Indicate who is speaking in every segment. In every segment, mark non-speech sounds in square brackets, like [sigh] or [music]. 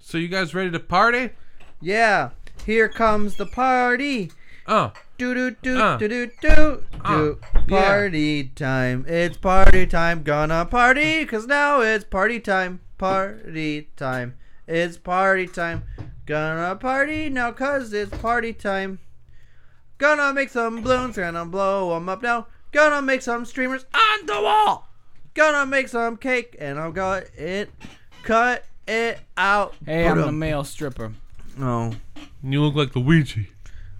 Speaker 1: So you guys ready to party?
Speaker 2: Yeah. Here comes the party.
Speaker 1: Oh,
Speaker 2: Do do do
Speaker 1: Uh.
Speaker 2: do do do
Speaker 1: Uh.
Speaker 2: do.
Speaker 1: Yeah.
Speaker 2: Party time. It's party time. Gonna party 'cause now it's party time. Party time. It's party time. Gonna party now 'cause it's party time. Gonna make some balloons. Gonna blow 'em up now. Gonna make some streamers on the wall. Gonna make some cake and I'm gonna it cut it out.
Speaker 3: Hey, I'm the
Speaker 2: Boom.
Speaker 3: male stripper.
Speaker 2: Oh.
Speaker 1: you look like Luigi.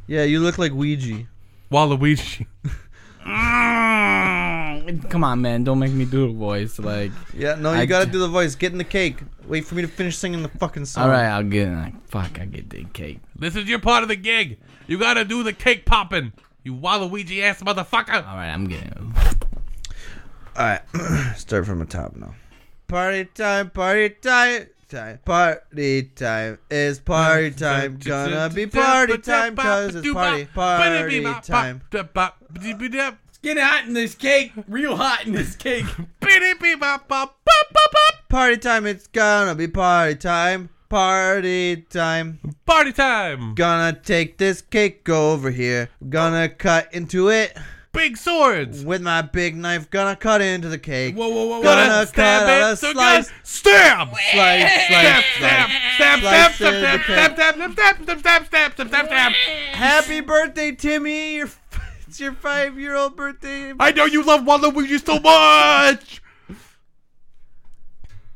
Speaker 2: Yeah, you look like Ouija.
Speaker 1: Waluigi.
Speaker 3: Mm, Come on, man. Don't make me do a voice. Like,
Speaker 2: Yeah, no, you
Speaker 3: I
Speaker 2: gotta
Speaker 3: d-
Speaker 2: do the voice. Get in the cake. Wait for me to finish singing the fucking song.
Speaker 3: all right, I'll get it. Like, fuck, I get the cake.
Speaker 1: This is your part of the gig. You gotta do the cake popping. You Waluigi ass motherfucker.
Speaker 3: All right, I'm getting it.
Speaker 2: all right. [clears throat] Start from the top now. Party time, party time, time, party time is [laughs] party time. Gonna [laughs] be party time, cause it's party, party time.
Speaker 3: It's getting hot in this cake. Real hot in this cake.
Speaker 2: Party time, it's gonna be party time, party time.
Speaker 1: Party time.
Speaker 2: Gonna take this cake over here. Gonna cut into it
Speaker 1: Big swords.
Speaker 2: with my big knife. Gonna cut into the cake.
Speaker 3: Whoa, whoa, whoa, whoa.
Speaker 2: Gonna
Speaker 1: Gonna
Speaker 2: cut out
Speaker 1: stab
Speaker 2: a
Speaker 1: it. So
Speaker 2: slice.
Speaker 1: slice. Stab.
Speaker 2: Slice, [laughs]
Speaker 1: Stab, stab,
Speaker 2: slice, slice.
Speaker 1: stab, stab,
Speaker 2: Slice
Speaker 1: stab,
Speaker 2: it, okay.
Speaker 1: stab, stab, stab, stab, stab, stab, stab, stab, stab, stab.
Speaker 2: Happy birthday, Timmy! Your f- [laughs] it's your five-year-old birthday.
Speaker 1: I know you love Waluigi so much.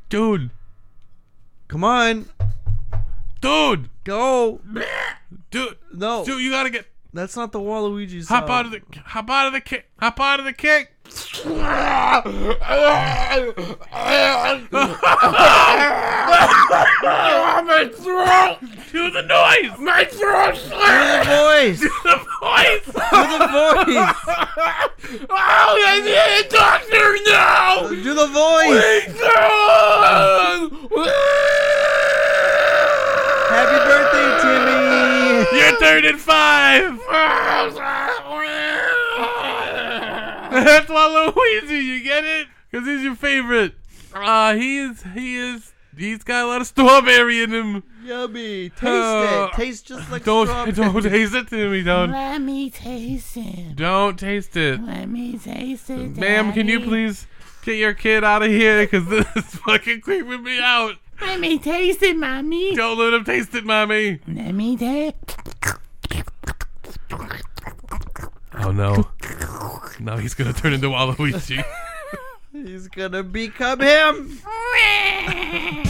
Speaker 1: Dude,
Speaker 2: Come on,
Speaker 1: dude,
Speaker 2: go!
Speaker 1: dude,
Speaker 2: No,
Speaker 1: dude, you gotta get.
Speaker 2: that's not the Waluigi song.
Speaker 1: Hop out of the hop out of the kick hop out of the kick. my throat to the noise. My throat
Speaker 2: the voice.
Speaker 1: the voice.
Speaker 2: Do the
Speaker 1: [laughs] oh, I need a doctor now.
Speaker 2: voice. Do the voice. Happy birthday, Timmy!
Speaker 1: You're third and five. That's Waluigi. You get it? Because he's your favorite. Uh, he is. He is. He's got a lot of strawberry in him.
Speaker 2: Yummy. Taste
Speaker 1: Uh,
Speaker 2: it. Tastes just like
Speaker 1: Don't
Speaker 2: strawberry.
Speaker 1: don't taste it to me. Don't
Speaker 4: Let me taste it.
Speaker 1: don't taste it,
Speaker 4: Let me taste it.
Speaker 1: ma'am. Can you
Speaker 4: Daddy.
Speaker 1: please get your kid out of here? Because this is fucking creeping me out.
Speaker 4: Let me taste it, mommy.
Speaker 1: Don't let him taste it, mommy.
Speaker 4: Let me taste.
Speaker 1: Oh
Speaker 4: [laughs]
Speaker 1: no. Now he's gonna turn into Waluigi.
Speaker 2: He's gonna become him.
Speaker 3: [laughs]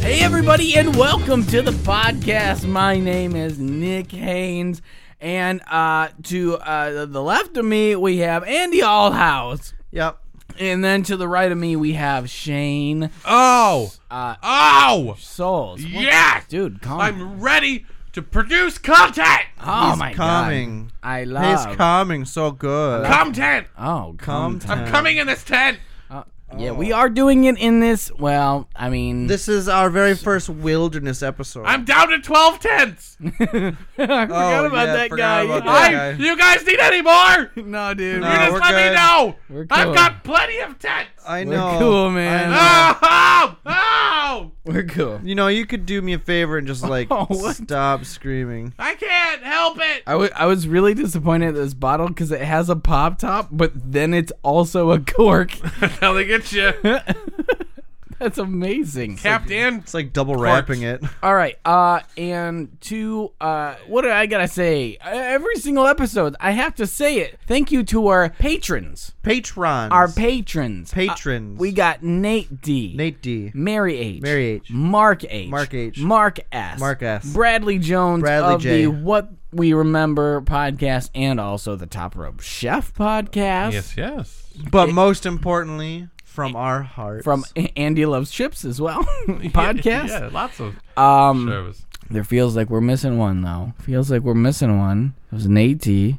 Speaker 3: Hey, everybody, and welcome to the podcast. My name is Nick Haynes, and uh, to uh, the left of me, we have Andy Allhouse,
Speaker 2: Yep.
Speaker 3: and then to the right of me, we have Shane
Speaker 1: Oh!
Speaker 3: uh,
Speaker 1: Oh!
Speaker 3: Souls. What-
Speaker 1: Yeah!
Speaker 3: Dude, calm.
Speaker 1: I'm ready to produce content!
Speaker 4: Uh-huh.
Speaker 3: oh,
Speaker 2: He's
Speaker 3: my God.
Speaker 2: coming.
Speaker 3: I
Speaker 2: He's
Speaker 3: love.
Speaker 2: coming so good.
Speaker 1: Content!
Speaker 3: oh,
Speaker 2: Come
Speaker 3: come.
Speaker 1: I'm
Speaker 4: Uh-huh.
Speaker 2: to-
Speaker 1: coming in this tent!
Speaker 3: Uh, yeah, we are doing it in this. Well, I mean,
Speaker 2: This is our very first wilderness episode.
Speaker 1: I'm down to 12
Speaker 3: [laughs]
Speaker 1: tents!
Speaker 3: [laughs] I forgot about
Speaker 2: Oh, yeah,
Speaker 3: that
Speaker 2: forgot
Speaker 3: guy.
Speaker 2: about that.
Speaker 3: [laughs]
Speaker 1: I,
Speaker 2: Okay.
Speaker 1: you guys need any more? You
Speaker 3: No, dude.
Speaker 2: No,
Speaker 1: just
Speaker 2: we're
Speaker 1: let
Speaker 2: good.
Speaker 1: me know!
Speaker 3: We're Uh,
Speaker 1: I've
Speaker 3: cool.
Speaker 1: got plenty of tents!
Speaker 2: I
Speaker 3: We're
Speaker 2: know.
Speaker 3: cool, man.
Speaker 2: I know.
Speaker 1: Oh! Oh!
Speaker 3: [laughs] We're cool.
Speaker 2: You know, you could do me a favor and
Speaker 3: [laughs]
Speaker 2: just like
Speaker 3: Oh, what?
Speaker 2: stop screaming.
Speaker 1: I can't help it!
Speaker 3: [laughs]
Speaker 1: [laughs]
Speaker 3: I wa- I was really disappointed at this bottle because it has a pop top, but then it's also a [laughs] cork.
Speaker 1: That's how they get
Speaker 3: [laughs]
Speaker 1: you.
Speaker 3: That's amazing.
Speaker 1: Tapped in.
Speaker 2: It's like double wrapping it. [laughs]
Speaker 3: All right, uh, and to uh, what do I gotta say? Uh, Every single episode, I have to say it. Thank you to our patrons,
Speaker 2: Patrons.
Speaker 3: our patrons, Uh,
Speaker 2: patrons.
Speaker 3: We got Nate D,
Speaker 2: Nate D.
Speaker 3: Mary H.
Speaker 2: Mary H.
Speaker 3: Mark H.
Speaker 2: Mark H.
Speaker 3: Mark S.
Speaker 2: Mark S.
Speaker 3: Bradley Jones
Speaker 2: Bradley
Speaker 3: of
Speaker 2: J.
Speaker 3: the What We Remember podcast and also the Top Rope Chef podcast.
Speaker 1: yes.
Speaker 2: But most importantly, from our hearts.
Speaker 3: From A- Andy Loves Chips
Speaker 1: [laughs]
Speaker 3: as well [laughs] [laughs] podcast.
Speaker 1: Yeah, lots of
Speaker 3: Um,
Speaker 1: service.
Speaker 3: There feels like we're missing one though. Feels like we're missing one. It was Nate D.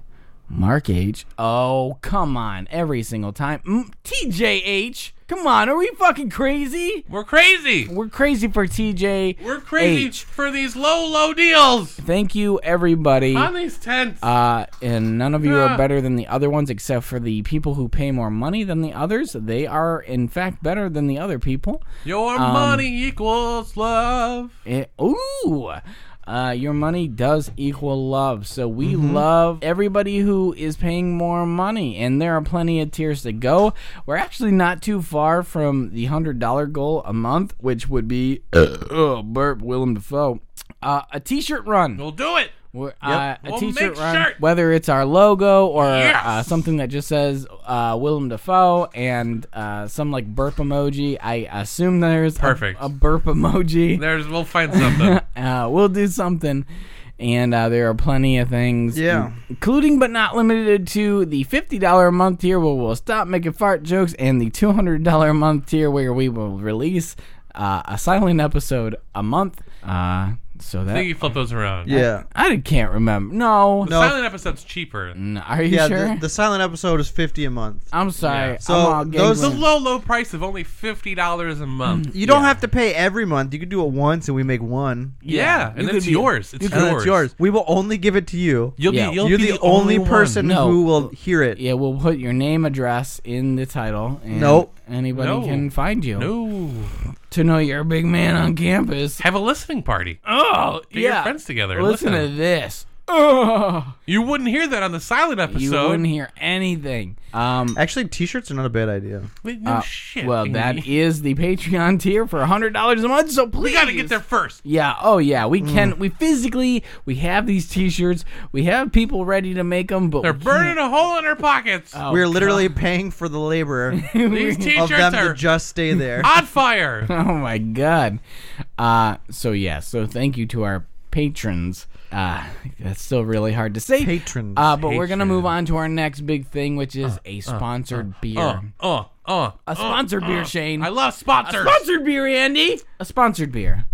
Speaker 3: Mark H. Oh, come on. Every single time. Mm, TJH. Come on. Are we fucking crazy?
Speaker 1: We're crazy.
Speaker 3: We're crazy for TJ.
Speaker 1: We're crazy
Speaker 3: H.
Speaker 1: for these low, low deals
Speaker 3: Thank you, everybody.
Speaker 1: on these tents.
Speaker 3: Uh, and none of you
Speaker 1: Yeah.
Speaker 3: are better than the other ones, except for the people who pay more money than the others. They are, in fact, better than the other people.
Speaker 1: Your
Speaker 3: um,
Speaker 1: money equals love.
Speaker 3: It, ooh, uh, your money does equal love. So we love everybody who is paying more money, and there are plenty of tiers to go. We're actually not too far from the hundred dollar goal a month, which would be oh, burp Willem Dafoe. Uh, a t-shirt run.
Speaker 1: We'll do it.
Speaker 3: We're, uh, a
Speaker 1: We'll
Speaker 3: t-shirt
Speaker 1: make
Speaker 3: run,
Speaker 1: shirt.
Speaker 3: whether it's our logo or
Speaker 1: Yes.
Speaker 3: uh, something that just says uh, Willem Dafoe and uh, some like burp emoji. I assume there's a-
Speaker 1: Perfect.
Speaker 3: A, burp emoji.
Speaker 1: There's. We'll find
Speaker 3: [laughs]
Speaker 1: something.
Speaker 3: Uh, we'll do something. And uh, there are plenty of things,
Speaker 2: Yeah.
Speaker 3: including but not limited to the $50 a month tier where we'll stop making fart jokes and the $200 a month tier where we will release uh, a silent episode a month. Uh, so
Speaker 1: I
Speaker 3: that
Speaker 1: think you flip those around.
Speaker 2: Yeah.
Speaker 3: I can't remember. No.
Speaker 1: The silent episode's cheaper.
Speaker 3: N- Are you
Speaker 2: Yeah,
Speaker 3: sure?
Speaker 2: the, the silent episode is 50 a month.
Speaker 3: I'm sorry.
Speaker 1: Yeah.
Speaker 2: So,
Speaker 3: I'm all
Speaker 2: those-
Speaker 1: The
Speaker 3: giggling.
Speaker 1: low, low price of only fifty dollars a month.
Speaker 2: Mm. You don't have to pay every month. You can do it once and we make one.
Speaker 3: Yeah,
Speaker 1: yeah,
Speaker 3: you
Speaker 1: and
Speaker 3: could
Speaker 1: it's
Speaker 3: be-
Speaker 1: yours. It's
Speaker 2: And then
Speaker 1: yours.
Speaker 2: it's yours. We will only give it to you.
Speaker 1: You'll
Speaker 3: Yeah.
Speaker 1: be. You'll
Speaker 2: You're
Speaker 1: be
Speaker 2: the, only
Speaker 1: one.
Speaker 2: person
Speaker 3: No.
Speaker 2: who will hear it.
Speaker 3: yeah, we'll put your name, address in the title. And
Speaker 2: Nope.
Speaker 3: Anybody
Speaker 1: No.
Speaker 3: can find you.
Speaker 1: No.
Speaker 3: To know you're a big man on campus.
Speaker 1: Have a listening party.
Speaker 3: Oh,
Speaker 1: Get
Speaker 3: yeah.
Speaker 1: your friends together. and
Speaker 3: Listen
Speaker 1: listen.
Speaker 3: to this. Oh,
Speaker 1: You wouldn't hear that on the silent episode.
Speaker 3: you wouldn't hear anything. Um,
Speaker 2: Actually, t-shirts are not a bad idea.
Speaker 1: Wait, no
Speaker 3: uh,
Speaker 1: shit.
Speaker 3: well,
Speaker 1: Andy.
Speaker 3: that is the Patreon tier for hundred dollars a month. So please,
Speaker 1: [laughs] we gotta get there first.
Speaker 3: Yeah. Oh, yeah. We
Speaker 2: Mm.
Speaker 3: can. We physically. We have these T-shirts. We have people ready to make them, but [laughs]
Speaker 1: They're
Speaker 3: we
Speaker 1: burning a hole in our pockets.
Speaker 3: Oh,
Speaker 2: We're literally paying for the
Speaker 3: [laughs]
Speaker 2: labor
Speaker 3: can't-
Speaker 1: These
Speaker 2: of
Speaker 1: t-shirts
Speaker 2: them
Speaker 1: are
Speaker 2: to just stay
Speaker 3: [laughs]
Speaker 2: there.
Speaker 1: [laughs] on fire.
Speaker 3: oh my god. Uh, so yeah. So thank you to our patrons. Uh, that's still really hard to say.
Speaker 2: Patrons.
Speaker 3: Uh, but we're gonna move on to our next big thing, which is a sponsored beer.
Speaker 1: Uh, uh, uh.
Speaker 3: a sponsored beer, Shane.
Speaker 1: I love sponsors.
Speaker 3: sponsored beer, Andy. A sponsored beer.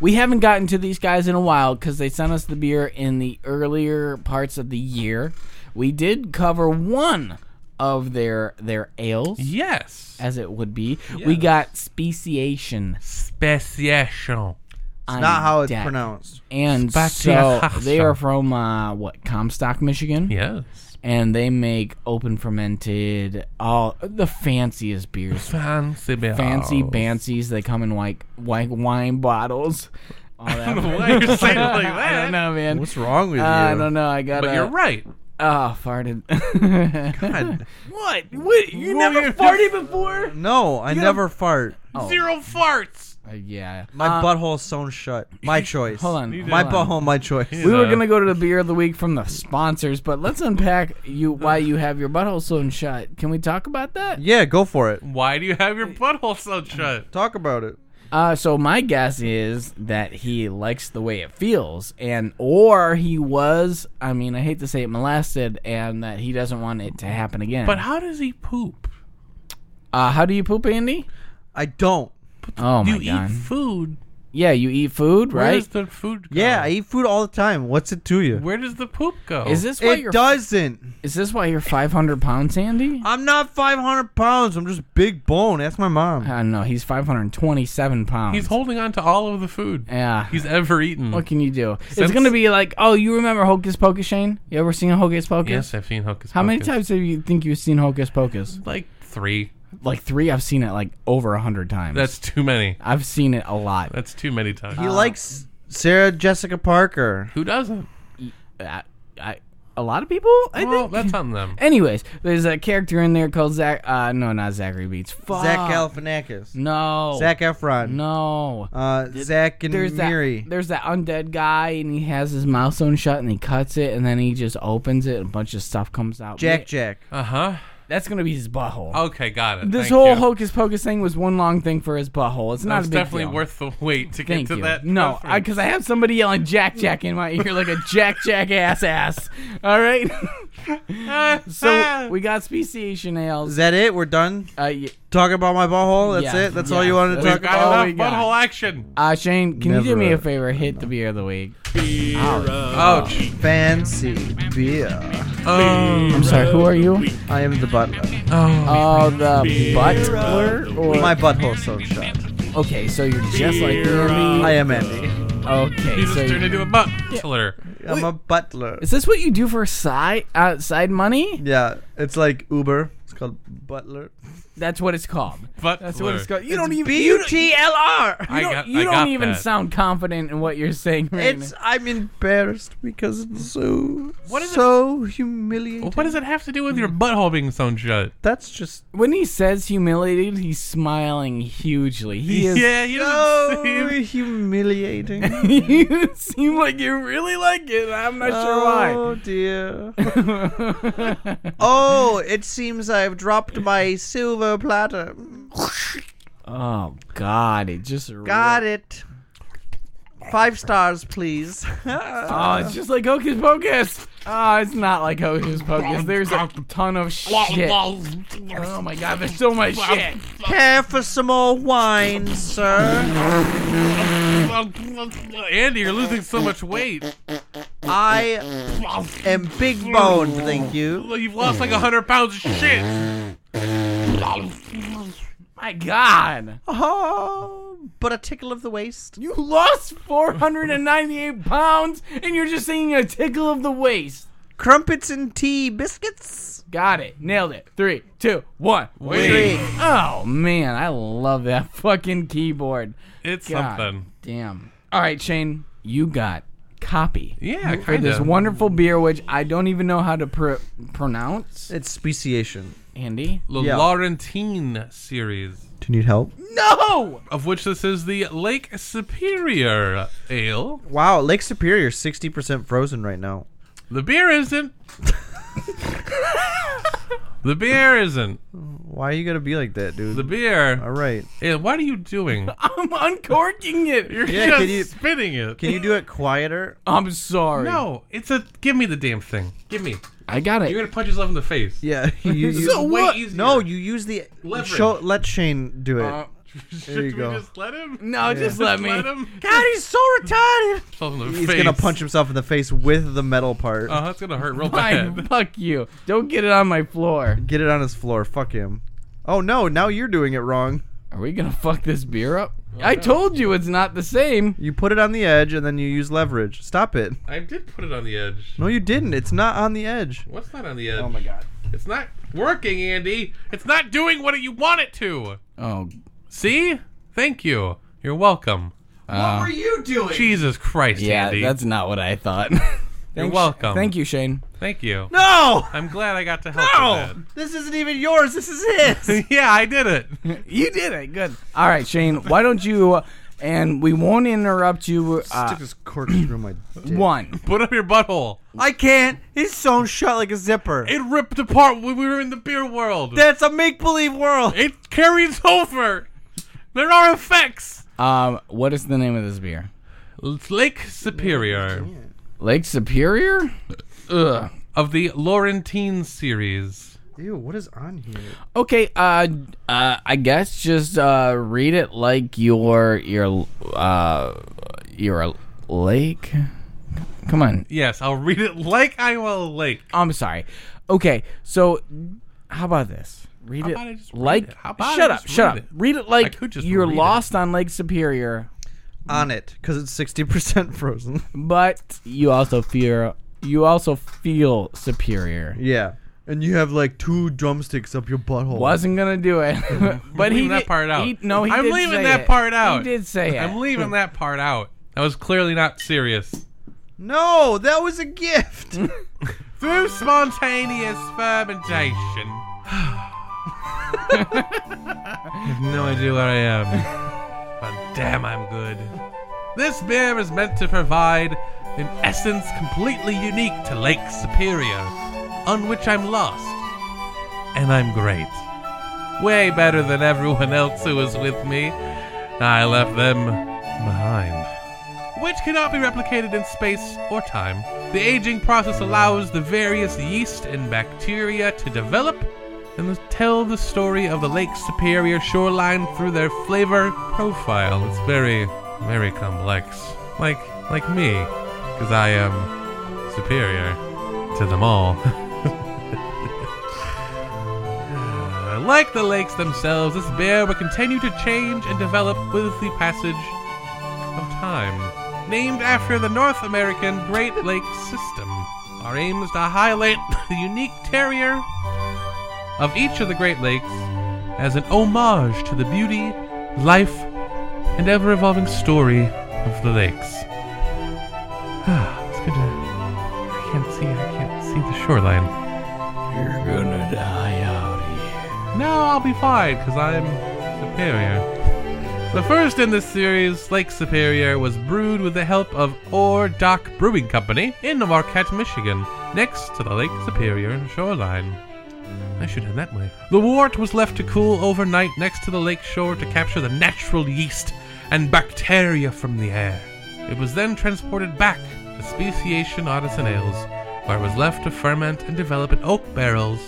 Speaker 3: We haven't gotten to these guys in a while because they sent us the beer in the earlier parts of the year. We did cover one of their their ales,
Speaker 1: Yes.
Speaker 3: as it would be. We got speciation.
Speaker 1: Speciation.
Speaker 3: It's
Speaker 2: Not how it's
Speaker 3: [laughs]
Speaker 2: pronounced.
Speaker 3: And so
Speaker 1: Speciation.
Speaker 3: they are from uh, what Comstock, Michigan,
Speaker 1: Yes.
Speaker 3: and they make open fermented all the fanciest beers
Speaker 1: Fancy beer.
Speaker 3: fancy bansies. They come in like white wine bottles.
Speaker 1: [laughs]
Speaker 3: All that.
Speaker 1: Why you saying it
Speaker 3: [laughs]
Speaker 1: like
Speaker 3: I
Speaker 1: that?
Speaker 3: don't know, man.
Speaker 2: What's wrong with
Speaker 3: Uh,
Speaker 2: you?
Speaker 3: I don't know. I got.
Speaker 1: But you're right.
Speaker 3: Oh, farted. [laughs]
Speaker 2: God.
Speaker 3: What? What? You
Speaker 1: What
Speaker 3: never
Speaker 1: you-
Speaker 3: farted before?
Speaker 2: No, I never fart.
Speaker 1: Zero farts.
Speaker 3: Uh, Oh, yeah.
Speaker 2: My
Speaker 3: Uh,
Speaker 2: butthole's sewn shut. My choice.
Speaker 3: [laughs] Hold on.
Speaker 2: My
Speaker 3: hold on.
Speaker 2: butthole, my choice.
Speaker 3: We were
Speaker 1: Uh,
Speaker 3: gonna go to the beer of the week from the sponsors, but let's unpack you
Speaker 1: Uh.
Speaker 3: why you have your butthole sewn shut. Can we talk about that?
Speaker 2: Yeah, go for it.
Speaker 1: Why do you have your butthole so shut?
Speaker 2: Talk about it.
Speaker 3: Uh, so my guess is that he likes the way it feels, and or he was. I mean, I hate to say it, molested, and that he doesn't want it to happen again.
Speaker 1: But how does he poop?
Speaker 3: uh, how do you poop, Andy?
Speaker 2: I don't.
Speaker 3: Oh my
Speaker 1: You
Speaker 3: god!
Speaker 1: eat food.
Speaker 3: yeah, you eat food,
Speaker 1: Where
Speaker 3: right?
Speaker 1: does the food go?
Speaker 3: Oh.
Speaker 2: Yeah, I eat food all the time. What's it to you?
Speaker 1: Where does the poop go?
Speaker 3: Is this why
Speaker 2: It
Speaker 3: you're?
Speaker 2: doesn't.
Speaker 3: Is this why you're 500 pounds, Andy?
Speaker 2: I'm not 500 pounds. I'm just big bone. Ask my mom.
Speaker 3: Uh, no, he's 527 pounds.
Speaker 1: He's holding on to all of the food
Speaker 3: yeah.
Speaker 1: he's ever eaten.
Speaker 3: what can you do?
Speaker 1: Since-
Speaker 3: it's gonna be like, oh, you remember Hocus Pocus, Shane? You ever seen Hocus Pocus?
Speaker 1: Yes, I've seen Hocus
Speaker 3: How many
Speaker 1: Pocus.
Speaker 3: times have you think you've seen Hocus Pocus?
Speaker 1: Like three.
Speaker 3: Like three. I've seen it like over a hundred times.
Speaker 1: That's too many.
Speaker 3: I've seen it a lot.
Speaker 1: That's too many times.
Speaker 2: He likes Sarah Jessica Parker.
Speaker 1: Who doesn't?
Speaker 3: I, I, a lot of people. I
Speaker 1: Well,
Speaker 3: think.
Speaker 1: that's on
Speaker 3: [laughs]
Speaker 1: them.
Speaker 3: Anyways, there's a character in there called Zach. Uh, no, not Zachary Beats. Fuck.
Speaker 2: Zach Galifianakis.
Speaker 3: No.
Speaker 2: Zach Efron.
Speaker 3: No.
Speaker 2: Uh, Zach and
Speaker 3: There's that.
Speaker 2: Miri.
Speaker 3: There's that undead guy, and he has his mouth sewn shut, and he cuts it, and then he just opens it, and a bunch of stuff comes out.
Speaker 2: Jack Jack.
Speaker 1: Uh huh.
Speaker 3: That's gonna be his butthole.
Speaker 1: Okay, got it. Oh,
Speaker 3: this
Speaker 1: Thank
Speaker 3: whole
Speaker 1: you.
Speaker 3: hocus pocus thing was one long thing for his butthole. It's
Speaker 1: That
Speaker 3: not
Speaker 1: was
Speaker 3: a big
Speaker 1: definitely
Speaker 3: deal.
Speaker 1: worth the wait to get
Speaker 3: Thank
Speaker 1: to
Speaker 3: you.
Speaker 1: that.
Speaker 3: No,
Speaker 1: reference.
Speaker 3: because I, have somebody yelling Jack Jack in my ear like a Jack Jack ass ass.
Speaker 1: [laughs]
Speaker 3: All Ah. right. [laughs] so we got speciation ales.
Speaker 2: Is that it? We're done?
Speaker 3: Uh, y-
Speaker 2: talk about my butthole. That's
Speaker 3: Yeah,
Speaker 2: it. That's
Speaker 3: yeah.
Speaker 2: all you wanted to
Speaker 3: We've
Speaker 2: talk
Speaker 1: Got
Speaker 2: about.
Speaker 3: all we
Speaker 1: enough
Speaker 3: got.
Speaker 1: butthole action.
Speaker 3: Uh, Shane, can you do
Speaker 2: Never
Speaker 3: me
Speaker 2: a-
Speaker 3: a favor? Hit the beer of the week.
Speaker 2: Ouch! Fancy beer.
Speaker 1: Oh,
Speaker 3: I'm sorry, who are you?
Speaker 2: I am the butler.
Speaker 3: Oh, the butler? Or
Speaker 2: My butthole so shut.
Speaker 3: okay, so you're just like Andy.
Speaker 2: I am Andy.
Speaker 3: Okay,
Speaker 1: he just
Speaker 3: so
Speaker 1: turned
Speaker 3: you-
Speaker 1: into a butler.
Speaker 2: I'm a butler.
Speaker 3: is this what you do for side uh, side money?
Speaker 2: Yeah, it's like Uber. It's called Butler.
Speaker 3: That's what it's called.
Speaker 1: Butler.
Speaker 3: That's what it's called. You don't even
Speaker 2: B
Speaker 3: you
Speaker 2: U
Speaker 3: don't-
Speaker 2: T L R.
Speaker 3: You
Speaker 1: I
Speaker 3: don't,
Speaker 1: got-
Speaker 3: you
Speaker 1: I
Speaker 3: don't
Speaker 1: got
Speaker 3: even
Speaker 1: that.
Speaker 3: sound confident in what you're saying right
Speaker 2: It's.
Speaker 3: now.
Speaker 2: I'm embarrassed because it's so
Speaker 1: What is it-
Speaker 2: so humiliating.
Speaker 1: What does it have to do with your
Speaker 3: Mm.
Speaker 1: butthole being sewn shut?
Speaker 2: That's just
Speaker 3: When he says humiliated, he's smiling hugely. He is. [laughs]
Speaker 1: yeah, he doesn't
Speaker 2: so
Speaker 1: seem-
Speaker 2: humiliating.
Speaker 3: you seem like you really like it. I'm not
Speaker 2: Oh dear. [laughs]
Speaker 3: sure why. [laughs]
Speaker 2: Oh, it seems I've dropped my silver platter.
Speaker 3: oh God! It just
Speaker 2: Got it. Five stars, [laughs] please.
Speaker 3: Oh, it's just like Hocus Pocus. Oh, it's not like Hocus Pocus. There's a ton of shit. Oh my God! There's so much shit.
Speaker 2: Care for some more wine, sir?
Speaker 1: Andy, you're losing so much weight.
Speaker 2: I am big boned, thank you.
Speaker 1: You've lost like hundred pounds of shit.
Speaker 3: My God!
Speaker 2: Oh, but a tickle of the waist.
Speaker 3: You lost 498 pounds, and you're just singing a tickle of the waist.
Speaker 2: Crumpets and tea biscuits.
Speaker 3: Got it. Nailed it. Three, two, one.
Speaker 1: Wait,
Speaker 3: Oh man, I love that [laughs] fucking keyboard.
Speaker 1: it's
Speaker 3: God
Speaker 1: something.
Speaker 3: Damn. All right, Shane, you got copy.
Speaker 1: Yeah,
Speaker 3: For this
Speaker 1: kinda.
Speaker 3: wonderful beer, which I don't even know how to pr- pronounce,
Speaker 2: It's speciation.
Speaker 3: Andy.
Speaker 1: The
Speaker 2: Yeah.
Speaker 1: Laurentine series,
Speaker 2: Do you need help?
Speaker 3: No.
Speaker 1: of which this is the Lake Superior Ale.
Speaker 2: Wow, Lake Superior 60% frozen right now.
Speaker 1: The beer isn't. the beer isn't.
Speaker 2: Why are you gonna be like that, dude?
Speaker 1: The beer.
Speaker 2: All right.
Speaker 1: Ale, what are you doing?
Speaker 3: I'm uncorking
Speaker 1: [laughs]
Speaker 3: it.
Speaker 1: You're
Speaker 2: Yeah,
Speaker 1: just
Speaker 2: can you-
Speaker 1: spinning it.
Speaker 2: Can you do it quieter?
Speaker 3: I'm sorry.
Speaker 1: no, it's a. Give me the damn thing. Give me.
Speaker 3: I got it.
Speaker 1: You're gonna punch yourself in the face.
Speaker 2: Yeah. [laughs] You, you,
Speaker 1: It's
Speaker 3: So
Speaker 1: way
Speaker 3: what?
Speaker 1: easier.
Speaker 2: no, you use the
Speaker 1: Leverage.
Speaker 2: show. Let Shane do it.
Speaker 3: Uh,
Speaker 1: Should
Speaker 2: there
Speaker 1: we
Speaker 2: you go.
Speaker 1: just let him?
Speaker 3: no, just let me.
Speaker 1: Let him.
Speaker 2: God, he's so retarded.
Speaker 1: Punch him in the
Speaker 2: He's
Speaker 1: face.
Speaker 2: gonna punch himself in the face Uh. with the metal part.
Speaker 1: Oh, that's gonna
Speaker 2: [laughs]
Speaker 1: hurt real
Speaker 3: [laughs] Fine,
Speaker 1: bad.
Speaker 3: fuck you. Don't get it on my floor.
Speaker 2: Get it on his floor. Fuck him. Oh no, now you're doing it wrong.
Speaker 3: Are we gonna fuck this beer up? I told you it's not the same.
Speaker 2: You put it on the edge and then you use leverage. Stop it.
Speaker 1: I did put it on the edge.
Speaker 2: No, you didn't. It's not on the edge.
Speaker 1: What's not on the
Speaker 2: Oh
Speaker 1: edge?
Speaker 3: god.
Speaker 1: It's not working, Andy. It's not doing what you want it to.
Speaker 3: Oh.
Speaker 1: See? Thank you. You're welcome.
Speaker 3: uh,
Speaker 2: you doing?
Speaker 1: Jesus Christ,
Speaker 3: yeah,
Speaker 1: Andy.
Speaker 3: that's not what I thought. [laughs]
Speaker 1: You're welcome.
Speaker 3: Thank you, Shane.
Speaker 1: Thank you.
Speaker 2: No,
Speaker 1: I'm glad I got to help
Speaker 2: no.
Speaker 1: with
Speaker 2: This isn't even yours. This is his.
Speaker 1: that. [laughs] yeah, I did it.
Speaker 3: You did it. Good. All right, Shane.
Speaker 1: [laughs]
Speaker 3: Why don't you? Uh, and we won't interrupt you. Uh,
Speaker 2: Stick this corkscrew in my dick.
Speaker 3: one.
Speaker 1: Put up your butthole.
Speaker 2: I can't. It's sewn shut like a zipper.
Speaker 1: It ripped apart when we were in the beer world.
Speaker 2: That's a make believe world.
Speaker 1: it carries over. There are effects.
Speaker 3: Um, what is the name of this beer?
Speaker 1: It's Lake Superior
Speaker 3: Lake Superior. Ugh.
Speaker 1: of the Laurentine series.
Speaker 2: Ew, what is on here?
Speaker 3: Okay. Uh, uh, I guess just uh, read it like your your uh your lake. Come on.
Speaker 1: Yes, I'll read it like I will lake.
Speaker 3: I'm sorry. Okay. So, how about this? Read
Speaker 1: about I
Speaker 3: it
Speaker 1: just read
Speaker 3: like.
Speaker 1: it? How about
Speaker 3: shut
Speaker 1: I
Speaker 3: up.
Speaker 1: just
Speaker 3: Shut
Speaker 1: read
Speaker 3: up.
Speaker 1: it?
Speaker 3: Read it like
Speaker 1: could just
Speaker 3: you're
Speaker 1: read it.
Speaker 3: lost on Lake Superior.
Speaker 2: On it, because it's 60% frozen.
Speaker 3: but you also fear you also feel superior.
Speaker 2: Yeah. And you have like two drumsticks up your butthole.
Speaker 3: Wasn't gonna
Speaker 1: [laughs]
Speaker 3: do it, [laughs] but he
Speaker 1: leaving that
Speaker 3: did-
Speaker 1: part out.
Speaker 3: he- no, he
Speaker 1: I'm
Speaker 3: did
Speaker 1: leaving
Speaker 3: say
Speaker 1: that
Speaker 3: it.
Speaker 1: part out.
Speaker 3: He did say it.
Speaker 1: I'm
Speaker 3: [laughs]
Speaker 1: leaving that part out. That was clearly not serious.
Speaker 2: No, that was a gift.
Speaker 1: Through spontaneous fermentation. [laughs] I have no idea where I am, but damn, I'm good. This beer is meant to provide an essence completely unique to Lake Superior, on which I'm lost. And I'm great. Way better than everyone else who was with me. I left them behind which cannot be replicated in space or time. The aging process allows the various yeast and bacteria to develop and let's tell the story of the Lake Superior shoreline through their flavor profile. It's very, very complex. Like, like me, because I am superior to them all. [laughs] like the lakes themselves, this beer will continue to change and develop with the passage of time. Named after the North American Great Lakes system, our aim is to highlight [laughs] the unique terrier of each of the Great Lakes as an homage to the beauty, life, and ever evolving story of the lakes. [sighs] Ah, it's good to. I can't see. I can't see the shoreline.
Speaker 3: You're gonna die out
Speaker 1: No, I'll be fine, because I'm superior. The first in this series, Lake Superior, was brewed with the help of Orr Dock Brewing Company in Marquette, Michigan, next to the Lake Superior shoreline. I should head that way. The wort was left to cool overnight next to the lake shore to capture the natural yeast and bacteria from the air. It was then transported back to Speciation Artisan Ales, where it was left to ferment and develop in oak barrels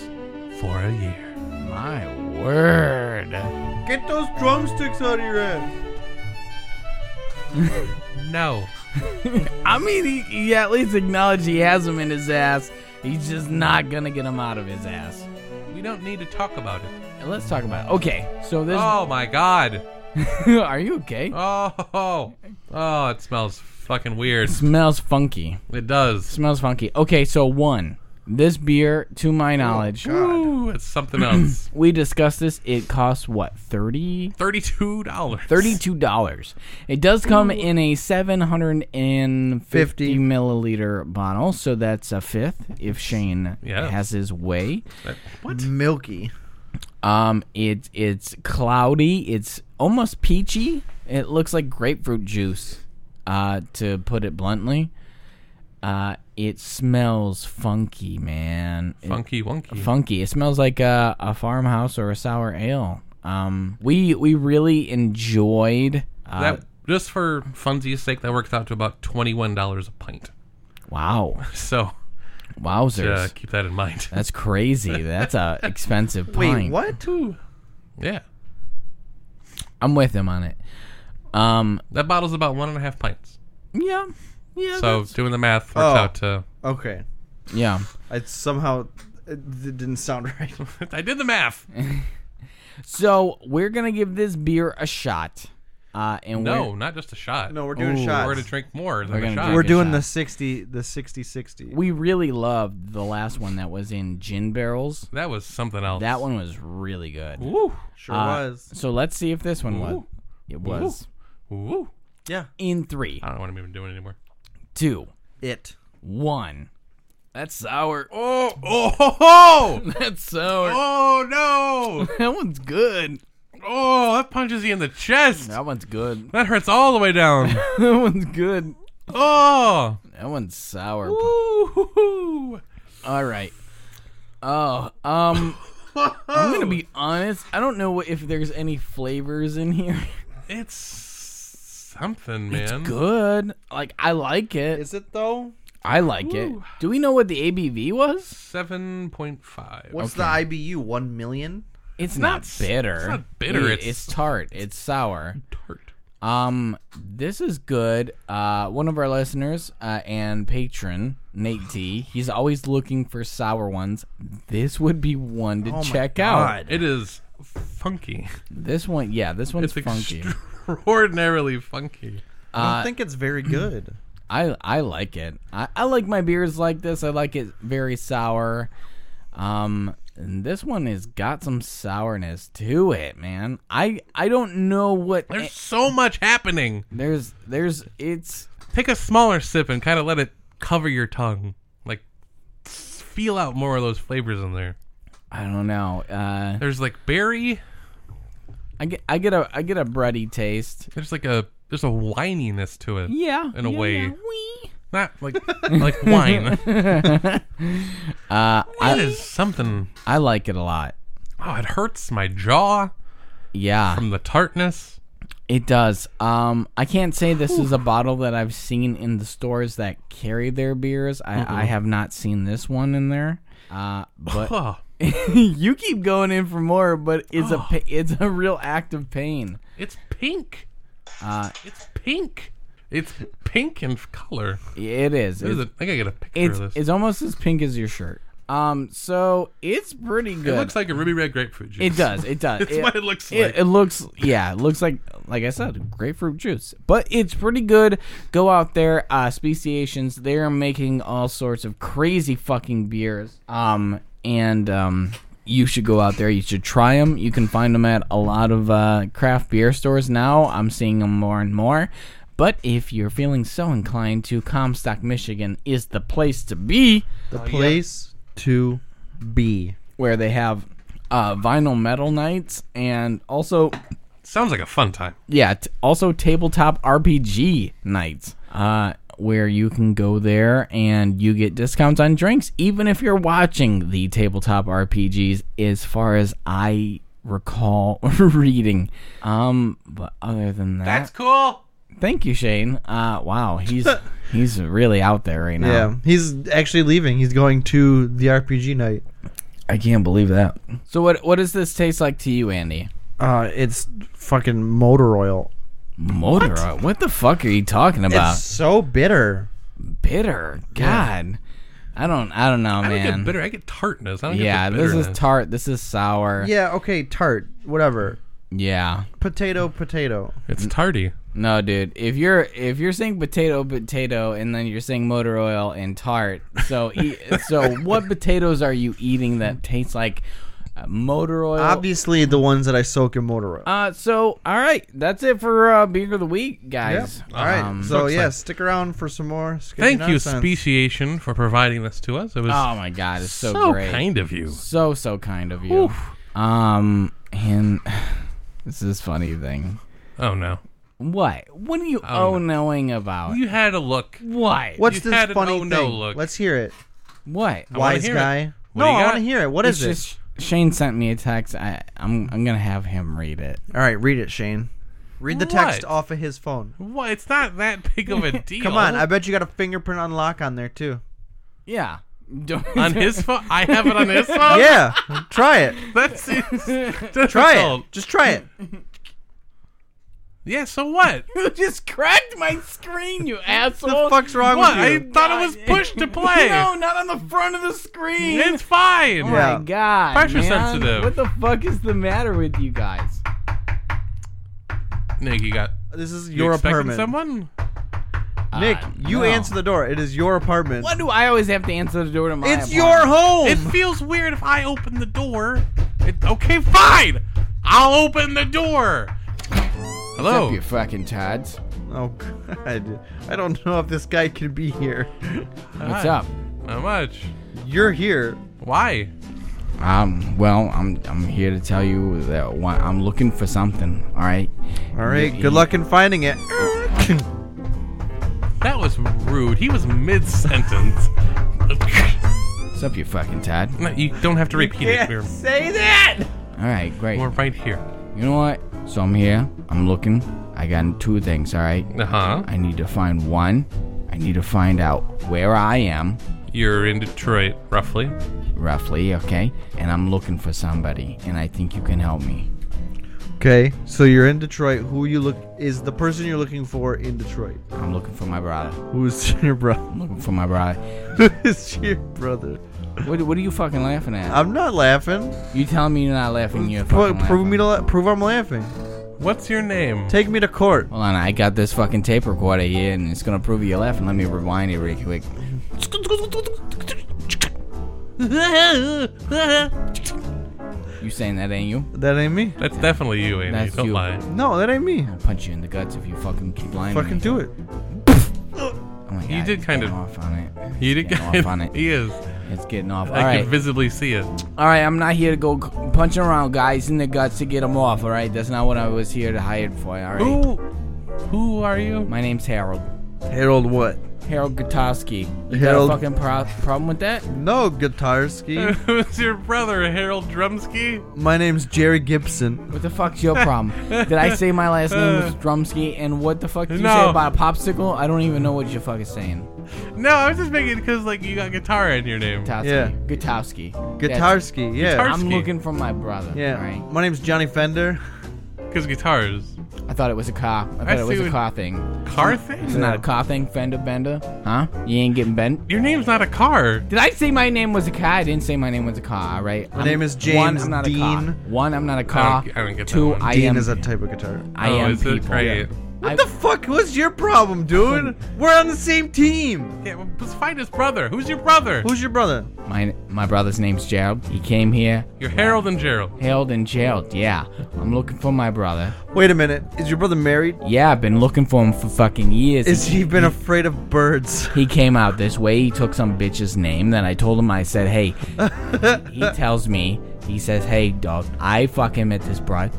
Speaker 1: for a year.
Speaker 3: here. My word.
Speaker 2: Get those drumsticks out of your ass.
Speaker 1: No.
Speaker 3: I mean, he, he at least acknowledged he has them in his ass. He's just not gonna get them out of his ass.
Speaker 1: We don't need to talk about it.
Speaker 3: And let's talk about it. Okay, so this.
Speaker 1: Oh my god.
Speaker 3: [laughs] are you okay?
Speaker 1: Oh, oh, oh, it smells fucking weird.
Speaker 3: smells funky.
Speaker 1: It does.
Speaker 3: Smells funky. Okay, so one, this beer, to my knowledge,
Speaker 1: Ooh, it's
Speaker 3: [clears throat]
Speaker 1: something else.
Speaker 3: we discussed this. It costs what thirty.
Speaker 1: Thirty-two dollars.
Speaker 3: Thirty-two dollars. It does come in a seven hundred and fifty
Speaker 2: Fifty.
Speaker 3: milliliter bottle, so that's a fifth if Shane
Speaker 1: Yeah.
Speaker 3: has his way.
Speaker 1: What?
Speaker 2: Milky.
Speaker 3: Um, it it's cloudy. It's almost peachy. It looks like grapefruit juice. Uh, to put it bluntly, uh, it smells funky, man. It-
Speaker 1: Funky wonky.
Speaker 3: funky. It smells like a, a farmhouse or a sour ale. Um, we we really enjoyed. Uh,
Speaker 1: that just for funsies' sake, that works out to about twenty-one dollars a pint.
Speaker 3: wow,
Speaker 1: So
Speaker 3: wowzers!
Speaker 1: uh, keep that in mind.
Speaker 3: That's crazy.
Speaker 1: [laughs]
Speaker 3: That's a expensive
Speaker 2: Wait,
Speaker 3: pint.
Speaker 2: what?
Speaker 1: Yeah,
Speaker 3: I'm with him on it. Um,
Speaker 1: that bottle's about one and a half pints.
Speaker 3: yeah, yeah,
Speaker 1: So doing the math works
Speaker 2: Oh.
Speaker 1: out to.
Speaker 2: Okay.
Speaker 3: that's- yeah.
Speaker 2: I somehow it d- didn't sound [laughs] right.
Speaker 1: I did the
Speaker 3: [laughs]
Speaker 1: math.
Speaker 3: So we're gonna give this beer a shot. Uh, and
Speaker 1: No,
Speaker 3: we're,
Speaker 1: not just a shot.
Speaker 2: No, we're doing
Speaker 3: Ooh.
Speaker 2: shots.
Speaker 1: we're to drink more than
Speaker 3: We're
Speaker 1: a
Speaker 3: gonna
Speaker 1: shot.
Speaker 3: drink
Speaker 2: We're
Speaker 3: Good
Speaker 2: doing
Speaker 3: shot.
Speaker 2: the 60 the 60 60.
Speaker 3: we really loved the last one that was in gin barrels.
Speaker 1: That was something else.
Speaker 3: That one was really good.
Speaker 1: Woo.
Speaker 2: sure
Speaker 3: Uh,
Speaker 2: was.
Speaker 3: So let's see if this one was.
Speaker 1: Ooh.
Speaker 3: It was
Speaker 1: Woo.
Speaker 2: Yeah.
Speaker 3: in three,
Speaker 1: I don't know what I'm even doing anymore.
Speaker 3: two,
Speaker 2: It.
Speaker 3: one. That's sour.
Speaker 1: Oh, oh, [laughs] ho, ho!
Speaker 3: That's sour.
Speaker 1: oh no!
Speaker 3: That one's good.
Speaker 1: Oh, that punches you in the chest.
Speaker 3: That one's good. [laughs]
Speaker 1: That hurts all the way down.
Speaker 3: that one's good.
Speaker 1: oh,
Speaker 3: That one's sour.
Speaker 1: Ooh.
Speaker 3: All right. Oh, um, I'm gonna be honest. I don't know what, if there's any flavors in here. [laughs]
Speaker 1: it's something, man.
Speaker 3: good. Like I like it.
Speaker 2: Is it though?
Speaker 3: I like it. Do we know what the ABV was?
Speaker 1: Seven point five.
Speaker 2: What's the IBU? 1 million?
Speaker 3: It's not,
Speaker 1: not-
Speaker 3: bitter.
Speaker 1: it's not bitter,
Speaker 3: It-
Speaker 1: it's-
Speaker 3: it's tart. It's sour.
Speaker 1: tart.
Speaker 3: Um, this is good. Uh, one of our listeners uh, and patron Nate T. He's always looking for sour ones. This would be one to
Speaker 1: Oh
Speaker 2: my
Speaker 3: check out.
Speaker 2: God.
Speaker 1: It is funky.
Speaker 3: This one, yeah, this one's
Speaker 1: It's
Speaker 3: funky.
Speaker 1: extraordinarily funky.
Speaker 2: I don't think it's very good.
Speaker 3: I I like it. I, I like my beers like this. I like it very sour. Um, and this one has got some sourness to it, man. I I don't know what
Speaker 1: There's so much happening.
Speaker 3: there's there's it's
Speaker 1: Take a smaller sip and kind of let it cover your tongue. Like, feel out more of those flavors in there.
Speaker 3: I don't know. Uh,
Speaker 1: There's like berry.
Speaker 3: I get I get a I get a bready taste.
Speaker 1: There's like a there's a whininess to it.
Speaker 3: Yeah,
Speaker 1: In a
Speaker 3: yeah,
Speaker 1: way.
Speaker 3: yeah. Wee.
Speaker 1: Not
Speaker 3: [laughs]
Speaker 1: like like wine.
Speaker 3: Uh,
Speaker 1: That
Speaker 3: I
Speaker 1: is something.
Speaker 3: I like it a lot.
Speaker 1: Oh, it hurts my jaw
Speaker 3: Yeah,
Speaker 1: from the tartness.
Speaker 3: it does. Um, I can't say this is a bottle that I've seen in the
Speaker 1: [laughs]
Speaker 3: stores that carry their beers. I, I have not seen this one in there. Uh, [laughs] but
Speaker 1: Oh,
Speaker 3: you keep going in for more, but it's a pa- it's a real act of pain.
Speaker 1: It's pink.
Speaker 3: Uh,
Speaker 1: It's pink. It's pink in color.
Speaker 3: it is.
Speaker 1: This
Speaker 3: It's
Speaker 1: is a, [laughs] I gotta get a picture
Speaker 3: it's,
Speaker 1: of this.
Speaker 3: it's almost as pink as your shirt. Um, so it's pretty good.
Speaker 1: it looks like a ruby red grapefruit juice.
Speaker 3: It does. It
Speaker 1: [laughs]
Speaker 3: does.
Speaker 1: That's what it looks
Speaker 3: It,
Speaker 1: like.
Speaker 3: it looks, yeah, it looks like, like I said, grapefruit juice. But it's pretty good. Go out there, uh, speciations. They're making all sorts of crazy fucking beers. Um, and um, you should go out there. You should try them. You can find them at a lot of uh, craft beer stores now. I'm seeing them more and more. But if you're feeling so inclined to, Comstock, Michigan is the place to be.
Speaker 2: The place to be.
Speaker 3: where they have uh, vinyl metal nights and also
Speaker 1: Sounds like a fun time.
Speaker 3: yeah t- also tabletop rpg nights uh, where you can go there and you get discounts on drinks even if you're watching the tabletop rpgs as far as i recall [laughs] reading um but other than that
Speaker 1: That's cool.
Speaker 3: thank you shane uh wow he's he's really out there right now
Speaker 2: Yeah, he's actually leaving. He's going to the RPG night.
Speaker 3: i can't believe that so what what does this taste like to you andy
Speaker 2: Uh, it's fucking motor oil.
Speaker 3: motor what? the fuck are you talking
Speaker 1: Ah.
Speaker 3: about
Speaker 2: It's so bitter.
Speaker 3: bitter. God, I don't. I don't know,
Speaker 1: I don't
Speaker 3: man.
Speaker 1: get bitter. I get tartness. I don't
Speaker 3: Yeah,
Speaker 1: get the
Speaker 3: this is
Speaker 1: bitterness.
Speaker 3: tart. This is sour. Yeah.
Speaker 2: Yeah, okay, tart, whatever. Potato, potato.
Speaker 1: It's tardy.
Speaker 3: No, dude. If you're if you're saying potato, potato, and then you're saying motor oil and tart. So e- [laughs] so what potatoes are you eating that tastes like uh, motor oil?
Speaker 2: Obviously, the ones that I soak in motor oil.
Speaker 3: uh, so all right, that's it for uh, beer of the week, guys.
Speaker 2: All right,
Speaker 3: Um,
Speaker 2: so
Speaker 1: looks
Speaker 2: yeah,
Speaker 1: like-
Speaker 2: stick around for some more. Skip
Speaker 1: Thank
Speaker 2: Your
Speaker 1: you,
Speaker 2: Nonsense.
Speaker 1: Speciation, for providing this to us. It was
Speaker 3: oh my god, it's so, great.
Speaker 1: kind of you.
Speaker 3: so so kind of you. Um, and [sighs] this is funny thing.
Speaker 1: Oh no,
Speaker 3: What? What are you
Speaker 1: Oh,
Speaker 3: oh knowing about?
Speaker 1: you had a look.
Speaker 3: what?
Speaker 2: What's
Speaker 1: You
Speaker 2: this
Speaker 1: had an
Speaker 2: funny
Speaker 1: oh
Speaker 2: thing?
Speaker 1: no look.
Speaker 2: Let's hear it.
Speaker 3: What?
Speaker 1: wanna
Speaker 2: Wise
Speaker 1: hear it.
Speaker 2: guy.
Speaker 1: What
Speaker 2: no,
Speaker 1: do you
Speaker 2: I
Speaker 1: got?
Speaker 2: want to hear it. What
Speaker 3: It's
Speaker 2: is it?
Speaker 3: just Shane sent me a text. I I'm I'm gonna have him read it.
Speaker 2: All right, read it, Shane. Read the text
Speaker 1: What?
Speaker 2: off of his phone.
Speaker 1: Well, it's not that big of a deal.
Speaker 2: [laughs] Come on, I bet you got a fingerprint unlock on there [laughs] too.
Speaker 3: Yeah. [laughs] Don't-
Speaker 1: on his phone. I have it on
Speaker 2: [laughs]
Speaker 1: his phone.
Speaker 2: Yeah, try it.
Speaker 1: that seems
Speaker 2: [laughs]
Speaker 1: difficult.
Speaker 2: Try it. Just try it.
Speaker 1: Yeah. So what?
Speaker 3: you just cracked my screen, [laughs] you asshole.
Speaker 2: The fuck's wrong
Speaker 1: What?
Speaker 2: with
Speaker 1: I
Speaker 2: you?
Speaker 1: thought it was
Speaker 3: [laughs]
Speaker 1: push to play.
Speaker 3: no, not on the front of the screen.
Speaker 1: It's fine.
Speaker 3: oh
Speaker 2: Yeah.
Speaker 3: my god.
Speaker 1: Pressure
Speaker 3: man.
Speaker 1: sensitive.
Speaker 3: What the fuck is the matter with you guys?
Speaker 1: Nick, you got.
Speaker 2: This is
Speaker 1: You
Speaker 2: your
Speaker 1: expecting
Speaker 2: apartment.
Speaker 1: someone?
Speaker 2: Nick,
Speaker 3: Uh,
Speaker 2: you
Speaker 3: no.
Speaker 2: answer the door. It is your apartment.
Speaker 3: Why do I always have to answer the door to my
Speaker 2: It's
Speaker 3: apartment?
Speaker 2: your home.
Speaker 1: It feels weird if I open the door. It, okay, fine. I'll open the door.
Speaker 3: Hello.
Speaker 1: Hello.
Speaker 3: you fucking Tods.
Speaker 2: oh god. I don't know if this guy can be here.
Speaker 3: What's
Speaker 1: Hi.
Speaker 3: up?
Speaker 1: Not much.
Speaker 2: You're here.
Speaker 1: Why?
Speaker 3: Um, well, I'm I'm here to tell you that why I'm looking for something. All right.
Speaker 2: All right. Good luck in finding it.
Speaker 1: That was rude. He was mid sentence.
Speaker 3: What's up, you fucking Todd?
Speaker 1: [laughs] no, you don't have to repeat it. We're,
Speaker 2: say that.
Speaker 3: All right, great.
Speaker 1: we're right here.
Speaker 3: You know what? So I'm here. I'm looking. I got two things. All right.
Speaker 1: Uh huh.
Speaker 3: I need to find one. I need to find out where I am,
Speaker 1: You're in Detroit, roughly.
Speaker 3: roughly. Okay. And I'm looking for somebody, and I think you can help me.
Speaker 2: Okay. So you're in Detroit. Who you look is the person you're looking for in Detroit?
Speaker 3: I'm looking for my brother.
Speaker 2: Who's [laughs] your brother?
Speaker 3: I'm looking for my brother.
Speaker 2: Who's your brother?
Speaker 3: What, what are you fucking laughing at?
Speaker 2: I'm not laughing.
Speaker 3: you telling me you're not laughing? You're
Speaker 2: Pro-
Speaker 3: fucking
Speaker 2: prove me
Speaker 3: laughing.
Speaker 2: to la- prove I'm laughing.
Speaker 1: What's your name?
Speaker 2: Take me to court.
Speaker 3: Hold on, I got this fucking tape recorder here, and it's gonna prove you're laughing. Let me rewind it really quick. You saying that ain't you?
Speaker 2: That ain't me.
Speaker 1: That's definitely you, Andy.
Speaker 3: That's
Speaker 1: don't
Speaker 3: you.
Speaker 1: lie.
Speaker 2: No, that ain't me.
Speaker 3: I'll punch you in the guts if you fucking keep lying. to
Speaker 2: Fucking
Speaker 3: me.
Speaker 2: do it.
Speaker 3: Oh my God,
Speaker 1: You did
Speaker 3: it's
Speaker 1: kind
Speaker 3: getting
Speaker 1: of-
Speaker 3: off on it.
Speaker 1: You
Speaker 3: It's
Speaker 1: did
Speaker 3: getting
Speaker 1: kind
Speaker 3: off on
Speaker 1: of- [laughs]
Speaker 3: it.
Speaker 1: He is.
Speaker 3: It's getting off. All
Speaker 1: I
Speaker 3: right,
Speaker 1: can visibly see it.
Speaker 3: all right. I'm not here to go c- punching around guys in the guts to get them off. All right, that's not what I was here to hire for. All right.
Speaker 1: Who? Who are you? [laughs]
Speaker 3: My name's Harold.
Speaker 2: Harold, what?
Speaker 3: Harold Gutowski. You
Speaker 2: Harold-
Speaker 3: got a fucking pro- problem with that?
Speaker 2: No, Guitarski.
Speaker 1: Who's your brother, Harold Drumsky?
Speaker 2: My name's Jerry Gibson.
Speaker 3: What the fuck's your problem? Did I say my last
Speaker 1: [laughs]
Speaker 3: name was Drumsky? And what the fuck did you say
Speaker 1: No.
Speaker 3: about a popsicle? I don't even know what you fucking saying.
Speaker 1: No, I was just making because like you got guitar in your name.
Speaker 3: Gutowski.
Speaker 2: Yeah.
Speaker 3: Gutowski. That's-
Speaker 2: Guitarski, yeah.
Speaker 1: Guitar-
Speaker 3: I'm
Speaker 1: Gutowski.
Speaker 3: looking for my brother.
Speaker 2: yeah.
Speaker 3: Right.
Speaker 2: My name's Johnny Fender.
Speaker 1: Because guitars,
Speaker 3: I thought it was a car. I thought
Speaker 1: I
Speaker 3: it was
Speaker 1: see
Speaker 3: a
Speaker 1: what-
Speaker 3: car thing.
Speaker 1: car thing.
Speaker 3: It's not a car thing, fender bender. Huh? You ain't getting bent.
Speaker 1: Your name's not a car.
Speaker 3: Did I say my name was a car? I didn't say my name was a car, all right? My
Speaker 2: name is
Speaker 3: One,
Speaker 2: James
Speaker 3: I'm not a
Speaker 2: Dean.
Speaker 3: car. One, I'm not a car.
Speaker 1: I don't get that
Speaker 3: Two,
Speaker 1: one.
Speaker 3: I
Speaker 2: Dean
Speaker 3: am.
Speaker 2: is a type of guitar.
Speaker 3: I
Speaker 1: oh,
Speaker 3: am
Speaker 1: is
Speaker 3: people.
Speaker 1: it right?
Speaker 2: What
Speaker 3: I-
Speaker 2: the fuck? What's your problem, dude? We're on the same team.
Speaker 1: Yeah, well, let's find his brother. Who's your brother?
Speaker 2: Who's your brother?
Speaker 3: My my brother's name's Gerald. He came here.
Speaker 1: You're Harold and Gerald.
Speaker 3: Harold and Gerald. Yeah, I'm looking for my brother.
Speaker 2: Wait a minute. Is your brother married?
Speaker 3: Yeah, I've been looking for him for fucking years.
Speaker 2: Is he been afraid of birds?
Speaker 3: He came out this way. He took some bitch's name. Then I told him, I said, hey, he tells me, he says, hey, dog, I fucking met this broad.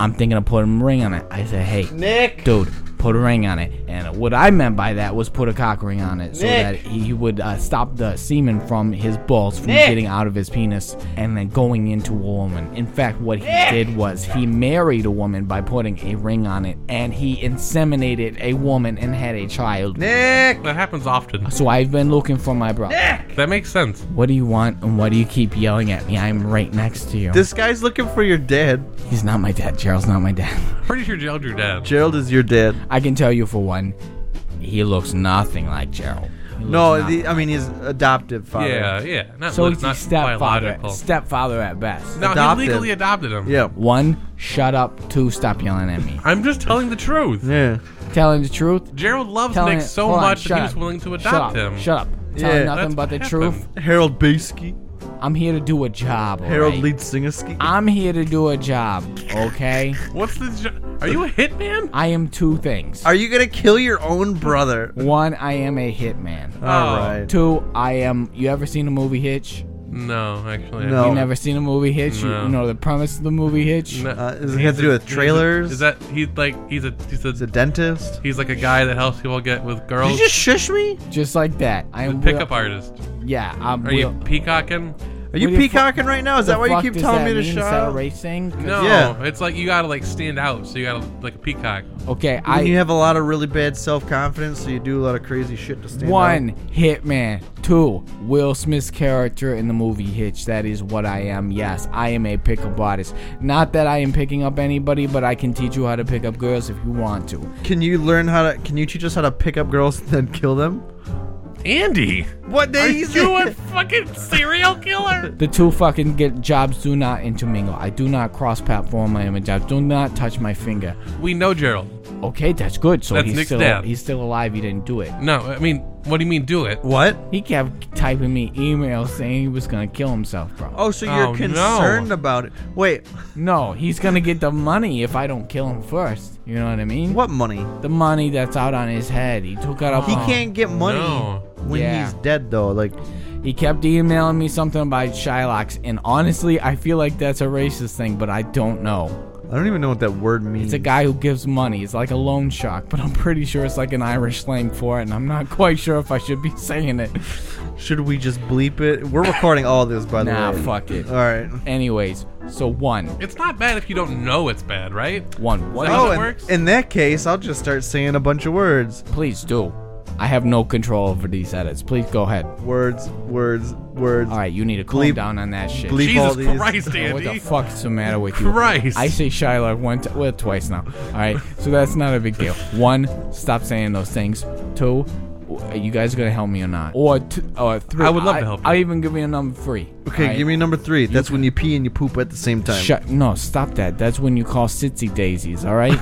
Speaker 3: I'm thinking of putting a ring on it. I said, hey,
Speaker 2: Nick.
Speaker 3: dude, put a ring on it. And what I meant by that was put a cock ring on it so
Speaker 2: Nick.
Speaker 3: that he would uh, stop the semen from his balls from
Speaker 2: Nick.
Speaker 3: getting out of his penis and then going into a woman. In fact, what he did was he married a woman by putting a ring on it and he inseminated a woman and had a child.
Speaker 2: Nick.
Speaker 1: That happens often.
Speaker 3: So I've been looking for my brother.
Speaker 1: That makes sense.
Speaker 3: What do you want and why do you keep yelling at me? I'm right next to you.
Speaker 2: This guy's looking for your dad.
Speaker 3: He's not my dad. Gerald's not my dad. [laughs]
Speaker 1: Pretty sure Gerald's your dad.
Speaker 2: Gerald is your dad.
Speaker 3: I can tell you for one, he looks nothing like Gerald. He
Speaker 2: No,
Speaker 3: looks
Speaker 2: the, I mean he's adoptive father.
Speaker 1: Yeah, yeah. Not,
Speaker 3: So
Speaker 1: li-
Speaker 3: he's
Speaker 1: not
Speaker 3: his stepfather,
Speaker 1: biological.
Speaker 3: stepfather at best.
Speaker 1: no,
Speaker 2: Adopted.
Speaker 1: he legally adopted him.
Speaker 2: Yeah.
Speaker 3: One, shut up. Two, stop yelling at
Speaker 2: [laughs]
Speaker 3: me.
Speaker 1: I'm just telling the truth.
Speaker 2: Yeah.
Speaker 3: Telling the truth.
Speaker 1: Gerald loves
Speaker 3: Telling
Speaker 1: Nick
Speaker 3: it-
Speaker 1: so
Speaker 3: hold on,
Speaker 1: much that
Speaker 3: shut
Speaker 1: he was
Speaker 3: up,
Speaker 1: willing to
Speaker 3: shut up,
Speaker 1: adopt him.
Speaker 3: Shut up.
Speaker 2: Yeah,
Speaker 3: Telling
Speaker 1: That's
Speaker 3: nothing but
Speaker 1: what
Speaker 3: the
Speaker 1: happened.
Speaker 3: truth.
Speaker 2: Harold Basky.
Speaker 3: I'm here to do a job. all
Speaker 2: Harold
Speaker 3: right?
Speaker 2: Leedsingerski.
Speaker 3: I'm here to do a job. Okay.
Speaker 1: What's the? Jo- Are you a hitman?
Speaker 3: I am two things.
Speaker 2: Are you gonna kill your own brother?
Speaker 3: One, I am a hitman.
Speaker 2: All right.
Speaker 3: Two, I am. You ever seen the movie Hitch?
Speaker 1: No, actually,
Speaker 2: No.
Speaker 1: I
Speaker 3: You never seen a movie Hitch? You-
Speaker 1: No.
Speaker 3: You know the premise of the movie Hitch?
Speaker 1: No,
Speaker 2: Uh, does it
Speaker 1: he's
Speaker 2: have to do with
Speaker 1: he's
Speaker 2: trailers?
Speaker 1: Is that he's like he's a he's a,
Speaker 2: He's a dentist.
Speaker 1: he's like a guy that helps people get with
Speaker 2: Did
Speaker 1: girls.
Speaker 2: you just shush me?
Speaker 3: Just like that. I am.
Speaker 1: Pickup
Speaker 3: Will-
Speaker 1: artist.
Speaker 3: Yeah, I'm.
Speaker 1: Are
Speaker 3: Will-
Speaker 1: you peacocking?
Speaker 2: Are you
Speaker 3: What the fu-
Speaker 2: peacocking right now? Is that why you
Speaker 3: fuck
Speaker 2: keep
Speaker 3: does
Speaker 2: telling me
Speaker 3: that
Speaker 2: to
Speaker 3: mean?
Speaker 2: shut
Speaker 3: Is that
Speaker 2: up?
Speaker 3: racing? 'Cause-
Speaker 1: No,
Speaker 2: Yeah.
Speaker 1: it's like you gotta like stand out, so you gotta like a peacock.
Speaker 3: Okay, I
Speaker 2: When you have a lot of really bad self confidence, so you do a lot of crazy shit to stand
Speaker 3: one
Speaker 2: out.
Speaker 3: hitman, two Will Smith's character in the movie Hitch. That is what I am. Yes, I am a pickup artist. Not that I am picking up anybody, but I can teach you how to pick up girls if you want to.
Speaker 2: Can you learn how to? Can you teach us how to pick up girls and then kill them?
Speaker 1: Andy,
Speaker 2: What
Speaker 1: are
Speaker 2: day is [laughs]
Speaker 1: you a
Speaker 2: it?
Speaker 1: fucking serial
Speaker 2: [laughs]
Speaker 1: killer?
Speaker 3: The two fucking get jobs do not intermingle. I do not cross platform my image. I do not touch my finger.
Speaker 1: We know Gerald.
Speaker 3: Okay, that's good. So
Speaker 1: That's
Speaker 3: he's
Speaker 1: Nick's
Speaker 3: still
Speaker 1: dad.
Speaker 3: he's still alive. He didn't do it.
Speaker 1: No, I mean, what do you mean do it?
Speaker 2: What?
Speaker 3: He kept typing me emails saying he was gonna kill himself, bro.
Speaker 2: Oh, so
Speaker 1: Oh,
Speaker 2: you're
Speaker 1: no.
Speaker 2: concerned about it? Wait,
Speaker 3: No, he's gonna get the money if I don't kill him first. You know what I mean?
Speaker 2: what money?
Speaker 3: The money that's out on his head. He took out a.
Speaker 2: He can't get money
Speaker 1: no.
Speaker 2: when
Speaker 3: Oh, Yeah.
Speaker 2: he's dead, though. Like,
Speaker 3: He kept emailing me something about Shylocks, and honestly, I feel like that's a racist thing, but I don't know.
Speaker 2: I don't even know what that word means.
Speaker 3: It's a guy who gives money. It's like a loan shark, but I'm pretty sure it's like an Irish slang for it, and I'm not [laughs] quite sure if I should be saying it.
Speaker 2: Should we just bleep it? We're recording all this, by the
Speaker 3: Nah,
Speaker 2: way.
Speaker 3: fuck it.
Speaker 2: All right.
Speaker 3: Anyways, so one,
Speaker 1: It's not bad if you don't know it's bad, right?
Speaker 3: one, what?
Speaker 1: How
Speaker 2: oh,
Speaker 1: that
Speaker 2: and
Speaker 1: works?
Speaker 2: in that case, I'll just start saying a bunch of words.
Speaker 3: Please do. I have no control over these edits. Please go ahead.
Speaker 2: Words, words, words.
Speaker 3: All right, you need to calm
Speaker 2: Bleep-
Speaker 3: down on that shit.
Speaker 2: bleep Leave all
Speaker 1: Jesus
Speaker 2: these- [laughs]
Speaker 1: Christ,
Speaker 3: What
Speaker 1: [laughs]
Speaker 3: the
Speaker 1: Andy.
Speaker 3: fuck's the matter with you?
Speaker 1: Christ.
Speaker 3: I say Shylock one t- well twice now. All right, so that's not a big deal. One, stop saying those things. Two, are you guys gonna help me or not? Or two, or three.
Speaker 1: I would love to help you.
Speaker 3: I'll even give you a number three.
Speaker 2: Okay,
Speaker 3: all right?
Speaker 2: give me number three. That's when you pee and you poop at the same time.
Speaker 3: Shut. No, stop that. That's when you call sitsy daisies.
Speaker 2: [laughs]
Speaker 3: All right,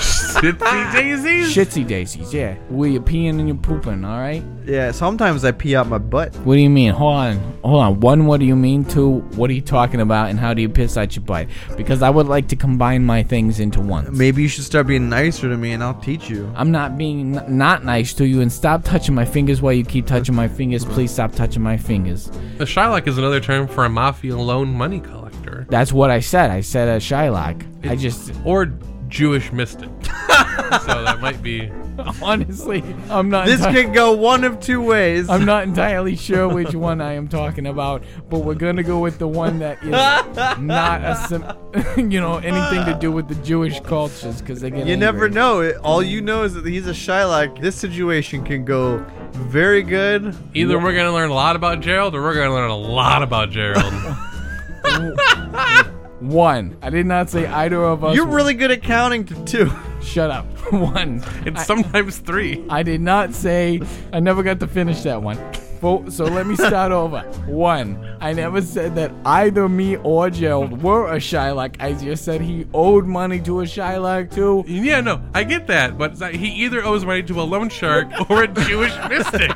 Speaker 1: Sitsy daisies.
Speaker 3: shitsy daisies. Yeah, where you're peeing and you're pooping. All right.
Speaker 2: Yeah, sometimes I pee out my butt.
Speaker 3: What do you mean? Hold on, hold on. One, what do you mean? Two, what are you talking about? And how do you piss out your butt? Because I would like to combine my things into one.
Speaker 2: Maybe you should start being nicer to me and I'll teach
Speaker 3: [laughs]
Speaker 2: you.
Speaker 3: I'm not being n- not nice to you, and stop touching my fingers while you keep touching my fingers. Please stop touching my fingers.
Speaker 1: The Shylock is another term for a mafia loan money collector
Speaker 3: That's what I said. I said a Shylock. I uh, just [laughs]
Speaker 1: or Jewish mystic. [laughs] so that that might be.
Speaker 3: Honestly, I'm not.
Speaker 2: This
Speaker 3: enti-
Speaker 2: can go one of two ways.
Speaker 3: I'm not entirely sure which one I am talking about, but we're gonna go with the one that is not a sim- [laughs] you know anything to do with the Jewish cultures because they get
Speaker 2: you never
Speaker 3: angry.
Speaker 2: know. It- All you know is that he's a Shylock. This situation can go very good.
Speaker 1: Either we're gonna learn a lot about Gerald, or we're gonna learn a lot about Gerald.
Speaker 3: One. I did not say either of us.
Speaker 2: You're really good at counting to two.
Speaker 3: shut up. [laughs] One.
Speaker 1: [laughs] it's
Speaker 3: I-
Speaker 1: sometimes three.
Speaker 3: I did not say. I never got to finish that one. Fo- So let me start [laughs] over. One, I never said that either me or Gerald were a Shylock. I just said he owed money to a Shylock too.
Speaker 1: Yeah, no, I get that, but it's like he either owes money to a loan shark or a [laughs] Jewish mystic.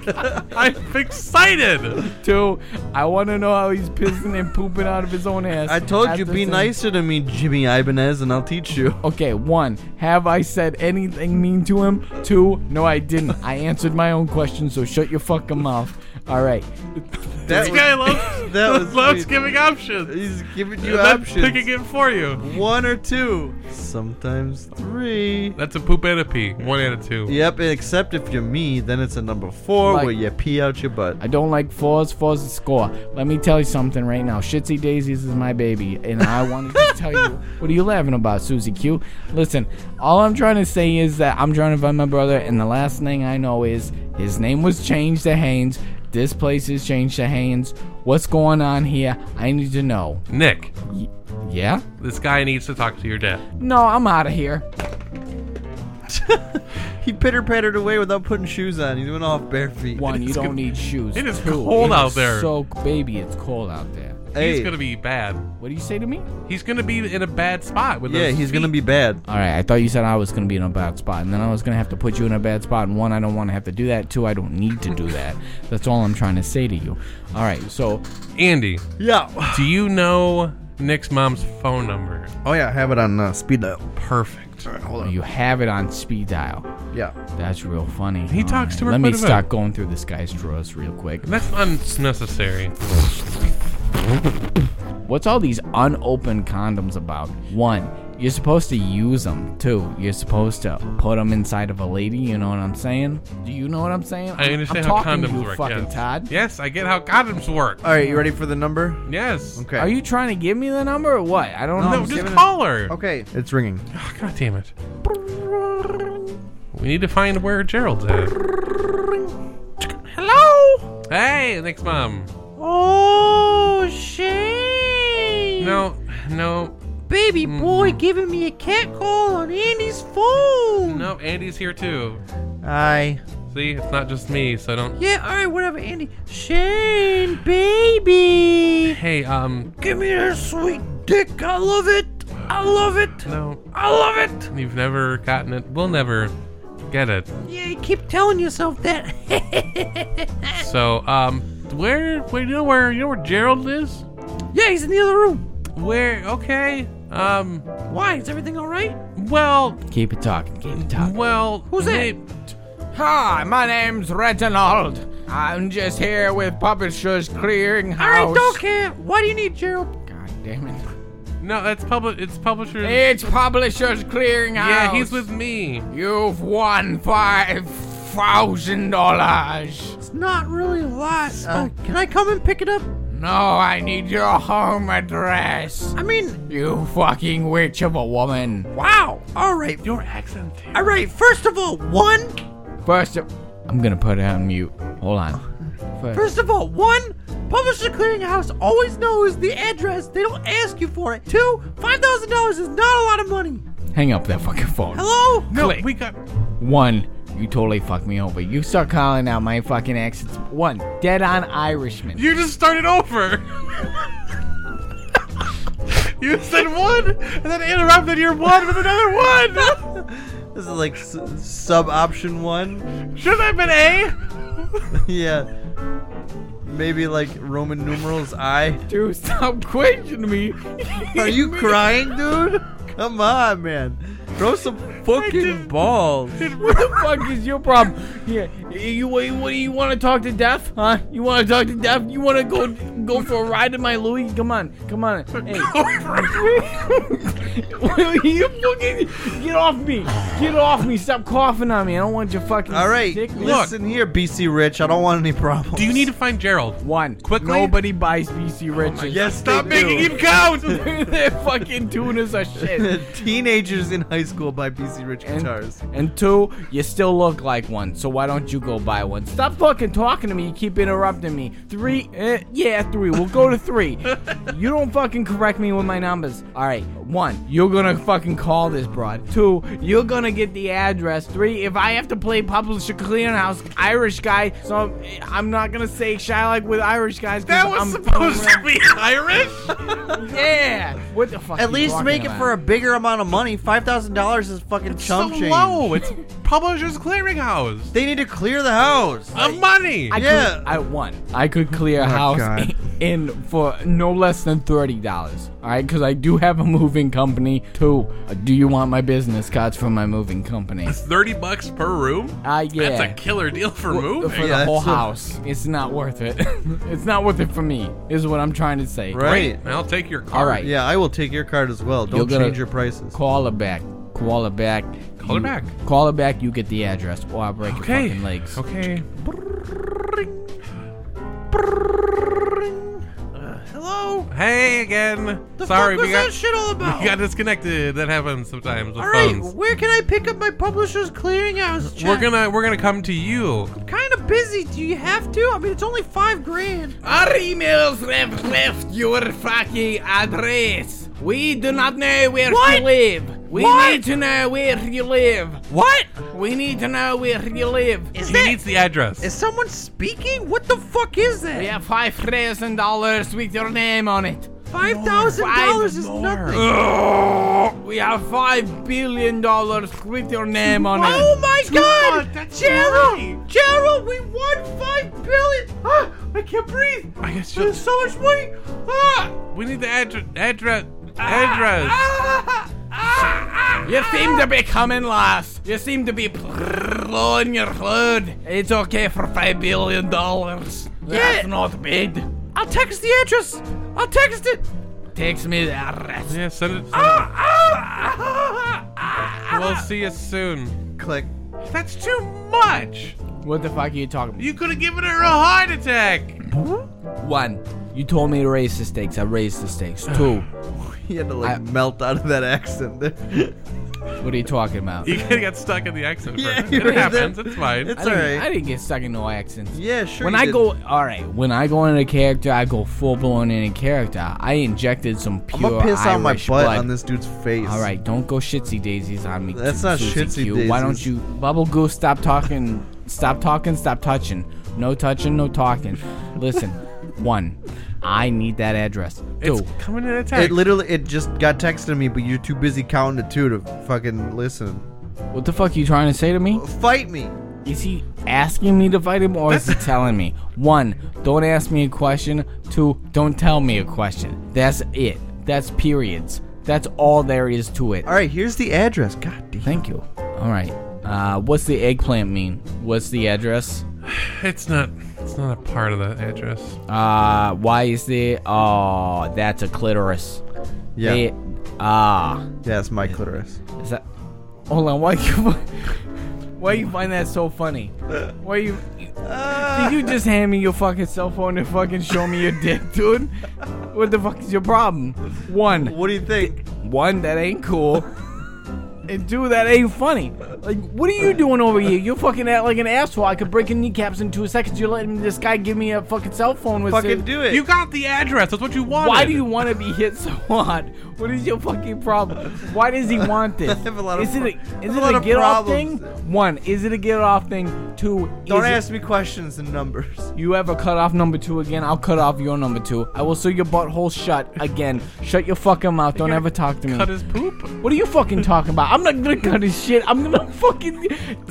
Speaker 1: I'm excited.
Speaker 3: Two, I want to know how he's pissing and pooping out of his own ass.
Speaker 2: I told
Speaker 3: at
Speaker 2: you,
Speaker 3: the
Speaker 2: be
Speaker 3: same-
Speaker 2: nicer to me, Jimmy Ibanez, and I'll teach you.
Speaker 3: Okay, one, have I said anything mean to him? Two, no, I didn't. I answered my own question, so shut your fucking mouth. All right.
Speaker 2: That
Speaker 1: This
Speaker 2: was-
Speaker 1: guy loves,
Speaker 2: that was
Speaker 1: loves
Speaker 2: sweet.
Speaker 1: giving options.
Speaker 2: [laughs] he's giving
Speaker 1: And
Speaker 2: you
Speaker 1: then
Speaker 2: options.
Speaker 1: Picking it for you.
Speaker 2: One or two, sometimes three.
Speaker 1: That's a poop and a pee. One and a two.
Speaker 2: Yep, except if you're me, then it's a number four
Speaker 3: Like-
Speaker 2: where you pee out your butt.
Speaker 3: I don't like fours. Fours is score. Let me tell you something right now. Shitsy Daisies is my baby, and I
Speaker 1: [laughs]
Speaker 3: wanted to tell you. What are you laughing about, Susie Q? Listen, all I'm trying to say is that I'm trying to find my brother, and the last thing I know is his name was changed to Haynes. This place is changed to Haynes. What's going on here? I need to know.
Speaker 1: Nick,
Speaker 3: Yeah?
Speaker 1: this guy needs to talk to your dad.
Speaker 3: No, I'm out of here.
Speaker 2: He pitter pattered away without putting shoes on. He went off bare feet.
Speaker 3: One, you don't
Speaker 1: gonna-
Speaker 3: need shoes.
Speaker 1: it is
Speaker 3: Two,
Speaker 1: cold
Speaker 3: it
Speaker 1: out
Speaker 3: is
Speaker 1: there.
Speaker 3: So, baby, it's cold out there.
Speaker 2: Hey,
Speaker 1: He's gonna be bad.
Speaker 3: What do you say to me?
Speaker 1: He's gonna be in a bad spot with
Speaker 2: yeah,
Speaker 1: those
Speaker 2: he's gonna
Speaker 1: feet.
Speaker 2: be bad.
Speaker 3: All right, I thought you said I was going to be in a bad spot, and then I was going to have to put you in a bad spot. And one, I don't want to have to do that. Two, I don't need to do that. That's all I'm trying to say to you. All right, so
Speaker 1: Andy,
Speaker 2: Yeah.
Speaker 1: do you know Nick's mom's phone number?
Speaker 2: Oh yeah, have it on uh, speed dial.
Speaker 1: Perfect.
Speaker 2: Hold
Speaker 3: you have it on speed dial.
Speaker 2: Yeah.
Speaker 3: That's real funny.
Speaker 1: He talks to her
Speaker 3: Let
Speaker 1: quite
Speaker 3: me
Speaker 1: a bit.
Speaker 3: start going through this guy's drawers real quick.
Speaker 1: That's unnecessary.
Speaker 3: What's all these unopened condoms about? One, you're supposed to use them. Two, you're supposed to put them inside of a lady. You know what I'm saying? Do you know what I'm saying?
Speaker 1: I understand
Speaker 3: I'm
Speaker 1: how
Speaker 3: talking
Speaker 1: condoms
Speaker 3: to you,
Speaker 1: work.
Speaker 3: Fucking
Speaker 1: yes.
Speaker 3: Todd.
Speaker 1: Yes, I get how condoms work.
Speaker 2: All right, you ready for the number?
Speaker 1: Yes.
Speaker 2: Uh, Okay.
Speaker 3: Are you trying to give me the number or what? I don't know.
Speaker 1: No,
Speaker 2: I'm
Speaker 1: just
Speaker 2: giving it-
Speaker 1: call her.
Speaker 2: Okay. It's ringing.
Speaker 1: Oh, God damn it. We need to find where Gerald's at. Hello? Hey, Nick's mom.
Speaker 4: Oh, shit.
Speaker 1: No, no,
Speaker 4: Baby boy giving me a cat call on Andy's phone.
Speaker 1: no, Andy's here too.
Speaker 2: Hi.
Speaker 1: See, it's not just me, so don't.
Speaker 4: Yeah, all right, whatever, Andy. Shane, baby.
Speaker 1: Hey, um,
Speaker 4: Give me your sweet dick. I love it. I love it.
Speaker 1: no,
Speaker 4: I love it.
Speaker 1: you've never gotten it. We'll never get it.
Speaker 4: Yeah, you keep telling yourself that. [laughs]
Speaker 1: So, um, where, where, you know where, you know where Gerald is?
Speaker 4: yeah, he's in the other room.
Speaker 1: Where, okay, um,
Speaker 4: Why? Is everything all right?
Speaker 1: well,
Speaker 3: Keep it talking. Keep it talking.
Speaker 1: well.
Speaker 4: Who's that?
Speaker 1: may-
Speaker 3: Hi, my name's Reginald. I'm just here with Publishers Clearing
Speaker 4: All
Speaker 3: House.
Speaker 4: right, don't care. Why do you need Gerald?
Speaker 3: God damn it.
Speaker 1: No, that's public, it's publisher.
Speaker 3: It's Publishers Clearing House.
Speaker 1: Yeah, he's with me.
Speaker 3: You've won five thousand dollars.
Speaker 4: It's not really a lot.
Speaker 2: Uh,
Speaker 4: oh, can I come and pick it up?
Speaker 3: No, I need your home address.
Speaker 4: I mean,
Speaker 3: You fucking witch of a woman.
Speaker 4: wow. All right.
Speaker 1: Your accent.
Speaker 4: All right. First of all, one.
Speaker 3: First, of- I'm gonna put it on mute. Hold on.
Speaker 4: First of all, one, Publisher Clearinghouse always knows the address. They don't ask you for it. Two, five thousand dollars is not a lot of money.
Speaker 3: hang up that fucking phone.
Speaker 4: Hello?
Speaker 1: No,
Speaker 3: Click.
Speaker 1: we got.
Speaker 3: One, you totally fucked me over. You start calling out my fucking accents. One, dead on Irishman.
Speaker 1: You just started over. you said one, and then interrupted your one with another one.
Speaker 2: This is like s- sub option one. [laughs]
Speaker 1: Shouldn't I have been A?
Speaker 2: yeah. Maybe like Roman numerals I.
Speaker 3: Dude, stop questioning [laughs] me.
Speaker 2: Are you crying, dude? Come on, man. Throw some fucking balls.
Speaker 3: what the fuck is your problem? Yeah, You what, what do you want to talk to Def? Huh? You want to talk to Def? You want to go go for a ride in my Louis? Come on, come on.
Speaker 1: [laughs]
Speaker 3: [laughs] Hey. you fucking get off me! Get off me! Stop coughing on me! I don't want your fucking.
Speaker 2: All right,
Speaker 3: dick-
Speaker 2: listen here, BC Rich. I don't want any problems.
Speaker 1: Do you need to find Gerald?
Speaker 3: One.
Speaker 1: Quickly?
Speaker 3: Nobody buys
Speaker 2: Oh
Speaker 3: BC
Speaker 2: [laughs]
Speaker 3: Riches.
Speaker 2: Yes,
Speaker 1: Stop
Speaker 2: they
Speaker 1: making
Speaker 2: do.
Speaker 1: him count!
Speaker 3: [laughs] They're fucking tunas
Speaker 2: [laughs]
Speaker 3: are shit.
Speaker 2: Teenagers in high school buy BC Rich
Speaker 3: And,
Speaker 2: guitars.
Speaker 3: and two, you still look like one, so why don't you go buy one? Stop fucking talking to me. You keep interrupting me. Three, eh, yeah, three. We'll go
Speaker 2: [laughs]
Speaker 3: to three. you don't fucking correct me with my numbers. All right, one, you're gonna fucking call this broad. Two, you're gonna get the address. Three, if I have to play publisher clearinghouse Irish guy, so eh, I'm not gonna say Shylock with Irish guys. 'cause
Speaker 1: That was
Speaker 3: I'm
Speaker 1: supposed to be Irish?
Speaker 3: [laughs] Yeah. What the fuck?
Speaker 2: At
Speaker 3: you
Speaker 2: least
Speaker 3: talking
Speaker 2: make it
Speaker 3: about?
Speaker 2: for a bigger amount of money. Five thousand dollars is fucking chump
Speaker 1: so
Speaker 2: change.
Speaker 1: low. It's Publishers Clearinghouse.
Speaker 2: They need to clear the house.
Speaker 1: Of money.
Speaker 3: I
Speaker 2: Yeah. Oh,
Speaker 3: could, I won. I could clear a house
Speaker 2: God.
Speaker 3: [laughs] in for no less than thirty dollars. All right, because I do have a moving company too. Uh, do you want my business cards from my moving company?
Speaker 1: It's 30 bucks per room?
Speaker 3: Uh, yeah.
Speaker 1: That's a killer deal for
Speaker 3: for
Speaker 1: moving.
Speaker 3: the
Speaker 2: Yeah,
Speaker 3: whole
Speaker 2: that's a-
Speaker 3: house, it's not worth it. [laughs] it's not worth it for me. Is what I'm trying to say.
Speaker 2: Right.
Speaker 1: And I'll take your card.
Speaker 3: All right.
Speaker 2: Yeah, I will take your card as well.
Speaker 3: You're
Speaker 2: Don't
Speaker 3: gonna-
Speaker 2: change your prices.
Speaker 3: Call her back. Call her back.
Speaker 1: Call her
Speaker 3: You-
Speaker 1: back.
Speaker 3: Call her back. You get the address, or I break your
Speaker 1: Okay.
Speaker 3: fucking legs.
Speaker 1: Okay. Uh, hello. Hey again. Sorry,
Speaker 4: What was
Speaker 1: [laughs] we
Speaker 4: that
Speaker 1: got
Speaker 4: shit all about?
Speaker 1: we got disconnected. That happens sometimes with
Speaker 4: All
Speaker 1: [laughs]
Speaker 4: right,
Speaker 1: phones.
Speaker 4: where can I pick up my publisher's clearinghouse check?
Speaker 1: We're gonna we're gonna come to you.
Speaker 4: kind of busy. Do you have to? I mean, it's only five grand.
Speaker 3: Our emails have left your fucking address. We do not know where
Speaker 4: What?
Speaker 3: you live. We
Speaker 4: What?
Speaker 3: need to know where you live.
Speaker 4: What?
Speaker 3: We need to know where you live.
Speaker 4: Is
Speaker 1: He
Speaker 4: that?
Speaker 1: needs the address.
Speaker 4: is someone speaking? What the fuck is that?
Speaker 3: We have five thousand dollars with your name on it.
Speaker 4: Five thousand dollars is
Speaker 3: Five
Speaker 4: nothing.
Speaker 3: more. We have five billion dollars with your name on
Speaker 4: Oh
Speaker 3: it.
Speaker 4: my god! Gerald! Gerald, we won five billion! Ah, I can't breathe!
Speaker 1: I guess you
Speaker 4: There's so much money! Ah!
Speaker 1: we need the address address address.
Speaker 4: Ah! Ah! Ah!
Speaker 3: You seem to be coming last. You seem to be blowing your load. It's okay for five billion dollars. That's
Speaker 4: Yeah.
Speaker 3: not bad.
Speaker 4: I'll text the address! I'll text it!
Speaker 3: Takes me the address.
Speaker 1: Yeah, send it. Send it.
Speaker 4: Ah! Ah! Ah! Ah!
Speaker 1: We'll see you soon.
Speaker 2: Click. [laughs]
Speaker 1: That's too much.
Speaker 3: What the fuck are you talking about?
Speaker 1: You could have given her a heart attack.
Speaker 3: One, you told me to raise the stakes. I raised the stakes. Two,
Speaker 2: He had to like
Speaker 3: I-
Speaker 2: melt out of that accent. There. [laughs]
Speaker 3: what are you talking about?
Speaker 1: [laughs] You kinda got stuck in the accent. for a
Speaker 2: Yeah,
Speaker 1: minute.
Speaker 2: you
Speaker 1: it
Speaker 2: did.
Speaker 1: happens. It's fine.
Speaker 2: It's
Speaker 3: I didn't,
Speaker 2: alright.
Speaker 3: I didn't get stuck in no accents.
Speaker 2: Yeah, sure.
Speaker 3: When
Speaker 2: you
Speaker 3: I
Speaker 2: did.
Speaker 3: go, all right. When I go into character, I go full blown into character. I injected some
Speaker 2: I'm
Speaker 3: pure
Speaker 2: gonna piss
Speaker 3: Irish
Speaker 2: out my butt
Speaker 3: blood.
Speaker 2: on this dude's face.
Speaker 3: All right, don't go shitsy daisies on me.
Speaker 2: That's
Speaker 3: Su-
Speaker 2: not shitsy
Speaker 3: Susie Q. Why don't
Speaker 2: daisies.
Speaker 3: you, Bubble Goose? Stop talking. Stop talking. Stop touching. No touching. No talking.
Speaker 2: [laughs]
Speaker 3: Listen, one, I need that address. Two,
Speaker 1: It's coming in a text.
Speaker 2: It literally, it just got texted to me, but you're too busy counting to two to fucking listen.
Speaker 3: what the fuck you trying to say to me?
Speaker 2: Fight me.
Speaker 3: Is he asking me to fight him or is
Speaker 2: [laughs]
Speaker 3: he telling me? One, don't ask me a question. Two, don't tell me a question. That's it. That's periods. That's all there is to it.
Speaker 2: All right, here's the address. God damn.
Speaker 3: Thank you. All right. Uh, what's the eggplant mean? What's the address?
Speaker 1: It's not. It's not a part of the address.
Speaker 3: Uh, why is there? Oh, that's a clitoris.
Speaker 2: Yeah,
Speaker 3: They- Ah,
Speaker 2: yeah, it's my clitoris.
Speaker 3: is that? Hold on. Why you? Why you find that so funny? Why you? Did you just hand me your fucking cell phone and fucking show me your dick, dude? What the fuck is your problem? One,
Speaker 2: What do you think?
Speaker 3: one that ain't cool, and two that ain't funny. Like, what are you doing over here? You're fucking act like an asshole. I could break your kneecaps in two seconds. You're letting this guy give me a fucking cell phone with
Speaker 2: Fucking do it.
Speaker 1: You got the address. That's what you wanted.
Speaker 3: Why do you want to be hit so hard? What is your fucking problem? Why does he want
Speaker 2: [laughs]
Speaker 3: this?
Speaker 2: I have a lot of
Speaker 3: is it
Speaker 2: pro-
Speaker 3: a,
Speaker 2: I
Speaker 3: is
Speaker 2: have
Speaker 3: it
Speaker 2: a lot
Speaker 3: a
Speaker 2: of
Speaker 3: get off thing?
Speaker 2: problems.
Speaker 3: One, is it a get off thing? Two,
Speaker 2: Don't
Speaker 3: is it-
Speaker 2: ask me questions and numbers.
Speaker 3: you ever cut off number two again? I'll cut off your number two. I will sew your butthole shut again. Shut your fucking mouth. Don't ever talk to me.
Speaker 1: cut his poop?
Speaker 3: What are you fucking talking about? I'm not gonna cut his shit. I'm gonna [laughs] fucking.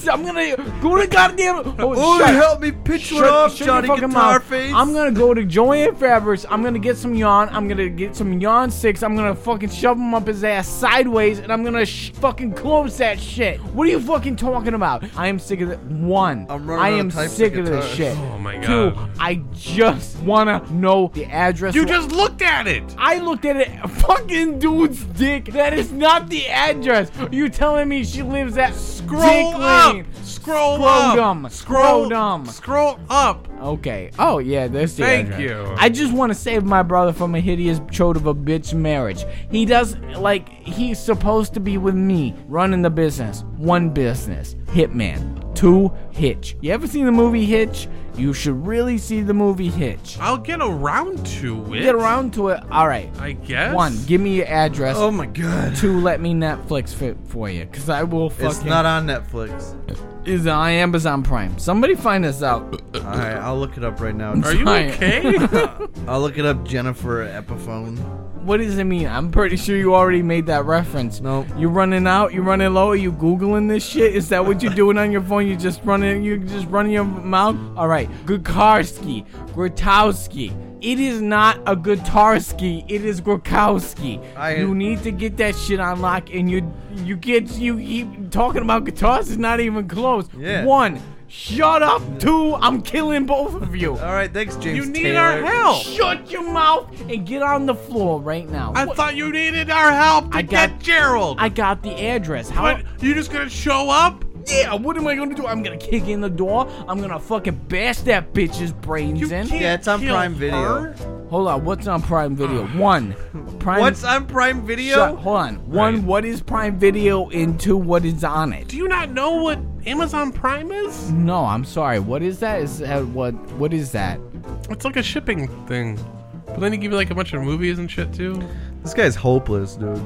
Speaker 3: I'm gonna go to goddamn. Oh,
Speaker 2: Oh,
Speaker 3: shut-
Speaker 2: help me pitch one
Speaker 3: shut-
Speaker 2: off,
Speaker 3: shut your
Speaker 2: Johnny
Speaker 3: fucking
Speaker 2: Guitar
Speaker 3: mouth.
Speaker 2: Face.
Speaker 3: I'm gonna go to Joanne Fabrics. I'm gonna get some yawn. I'm gonna get some yawn sticks. I'm gonna fucking shove them up his ass sideways, and I'm gonna sh- fucking close that shit. What are you fucking talking about? I am sick of it. One,
Speaker 2: I'm running
Speaker 3: I
Speaker 2: out of
Speaker 3: am
Speaker 2: types of
Speaker 3: sick of this
Speaker 2: guitars.
Speaker 3: shit.
Speaker 1: Oh my
Speaker 3: Two,
Speaker 1: god.
Speaker 3: I just wanna know the address.
Speaker 1: You just looked at it!
Speaker 3: I looked at it, fucking dude's dick. That is not the address. You telling me she lives at
Speaker 1: Scroll
Speaker 3: Dick
Speaker 1: up!
Speaker 3: Lane?
Speaker 1: Scroll
Speaker 3: Scrotum.
Speaker 1: up! Scroll
Speaker 3: Scrotum.
Speaker 1: Scroll up!
Speaker 3: Okay. Oh yeah, that's the
Speaker 1: Thank
Speaker 3: address.
Speaker 1: you.
Speaker 3: I just want to save my brother from a hideous chode of a bitch marriage. He does like he's supposed to be with me running the business. One business, Hitman. Two Hitch. You ever seen the movie Hitch? You should really see the movie Hitch.
Speaker 1: I'll get around to it.
Speaker 3: Get around to it. All right.
Speaker 1: I guess.
Speaker 3: One, give me your address.
Speaker 2: Oh my god.
Speaker 3: Two, let me Netflix fit for you, cause I will fucking.
Speaker 2: It's not on Netflix.
Speaker 3: Is on Amazon Prime. Somebody find this out.
Speaker 2: Alright, I'll look it up right now.
Speaker 1: Are you
Speaker 3: Sorry. [laughs]
Speaker 1: okay?
Speaker 2: I'll look it up, Jennifer Epiphone.
Speaker 3: What does it mean? I'm pretty sure you already made that reference.
Speaker 2: Nope.
Speaker 3: You running out? You running low? Are you googling this shit? Is that what you're doing on your phone? You just running? You just running your mouth? All right. Gukarski, Grotowski. It is not a Gutarski. It is Gorkowski.
Speaker 2: I-
Speaker 3: you need to get that shit on lock, and you you get you keep talking about guitars. It's not even close.
Speaker 2: Yeah.
Speaker 3: One. Shut up. Two. I'm killing both of you.
Speaker 2: Alright, thanks, James.
Speaker 1: you need
Speaker 2: Taylor.
Speaker 1: our help!
Speaker 3: Shut your mouth and get on the floor right now.
Speaker 1: I
Speaker 3: What-
Speaker 1: thought you needed our help to
Speaker 3: I got-
Speaker 1: get Gerald!
Speaker 3: I got the address. How?
Speaker 1: but you just gonna show up?
Speaker 3: yeah, what am I gonna do? I'm gonna kick in the door. I'm gonna fucking bash that bitch's brains
Speaker 1: You
Speaker 3: in.
Speaker 1: can't
Speaker 2: Yeah, it's on
Speaker 1: kill
Speaker 2: Prime Video.
Speaker 1: her.
Speaker 3: Hold on, what's on Prime Video? One, Prime.
Speaker 2: What's on Prime Video?
Speaker 3: Shut, hold on. One,
Speaker 1: Right.
Speaker 3: what is Prime Video? And two, what is on it?
Speaker 1: Do you not know what Amazon Prime is?
Speaker 3: No, I'm sorry. What is that? Is that what? What is that?
Speaker 1: It's like a shipping thing. But then they give you like a bunch of movies and shit too.
Speaker 2: This guy's hopeless, dude.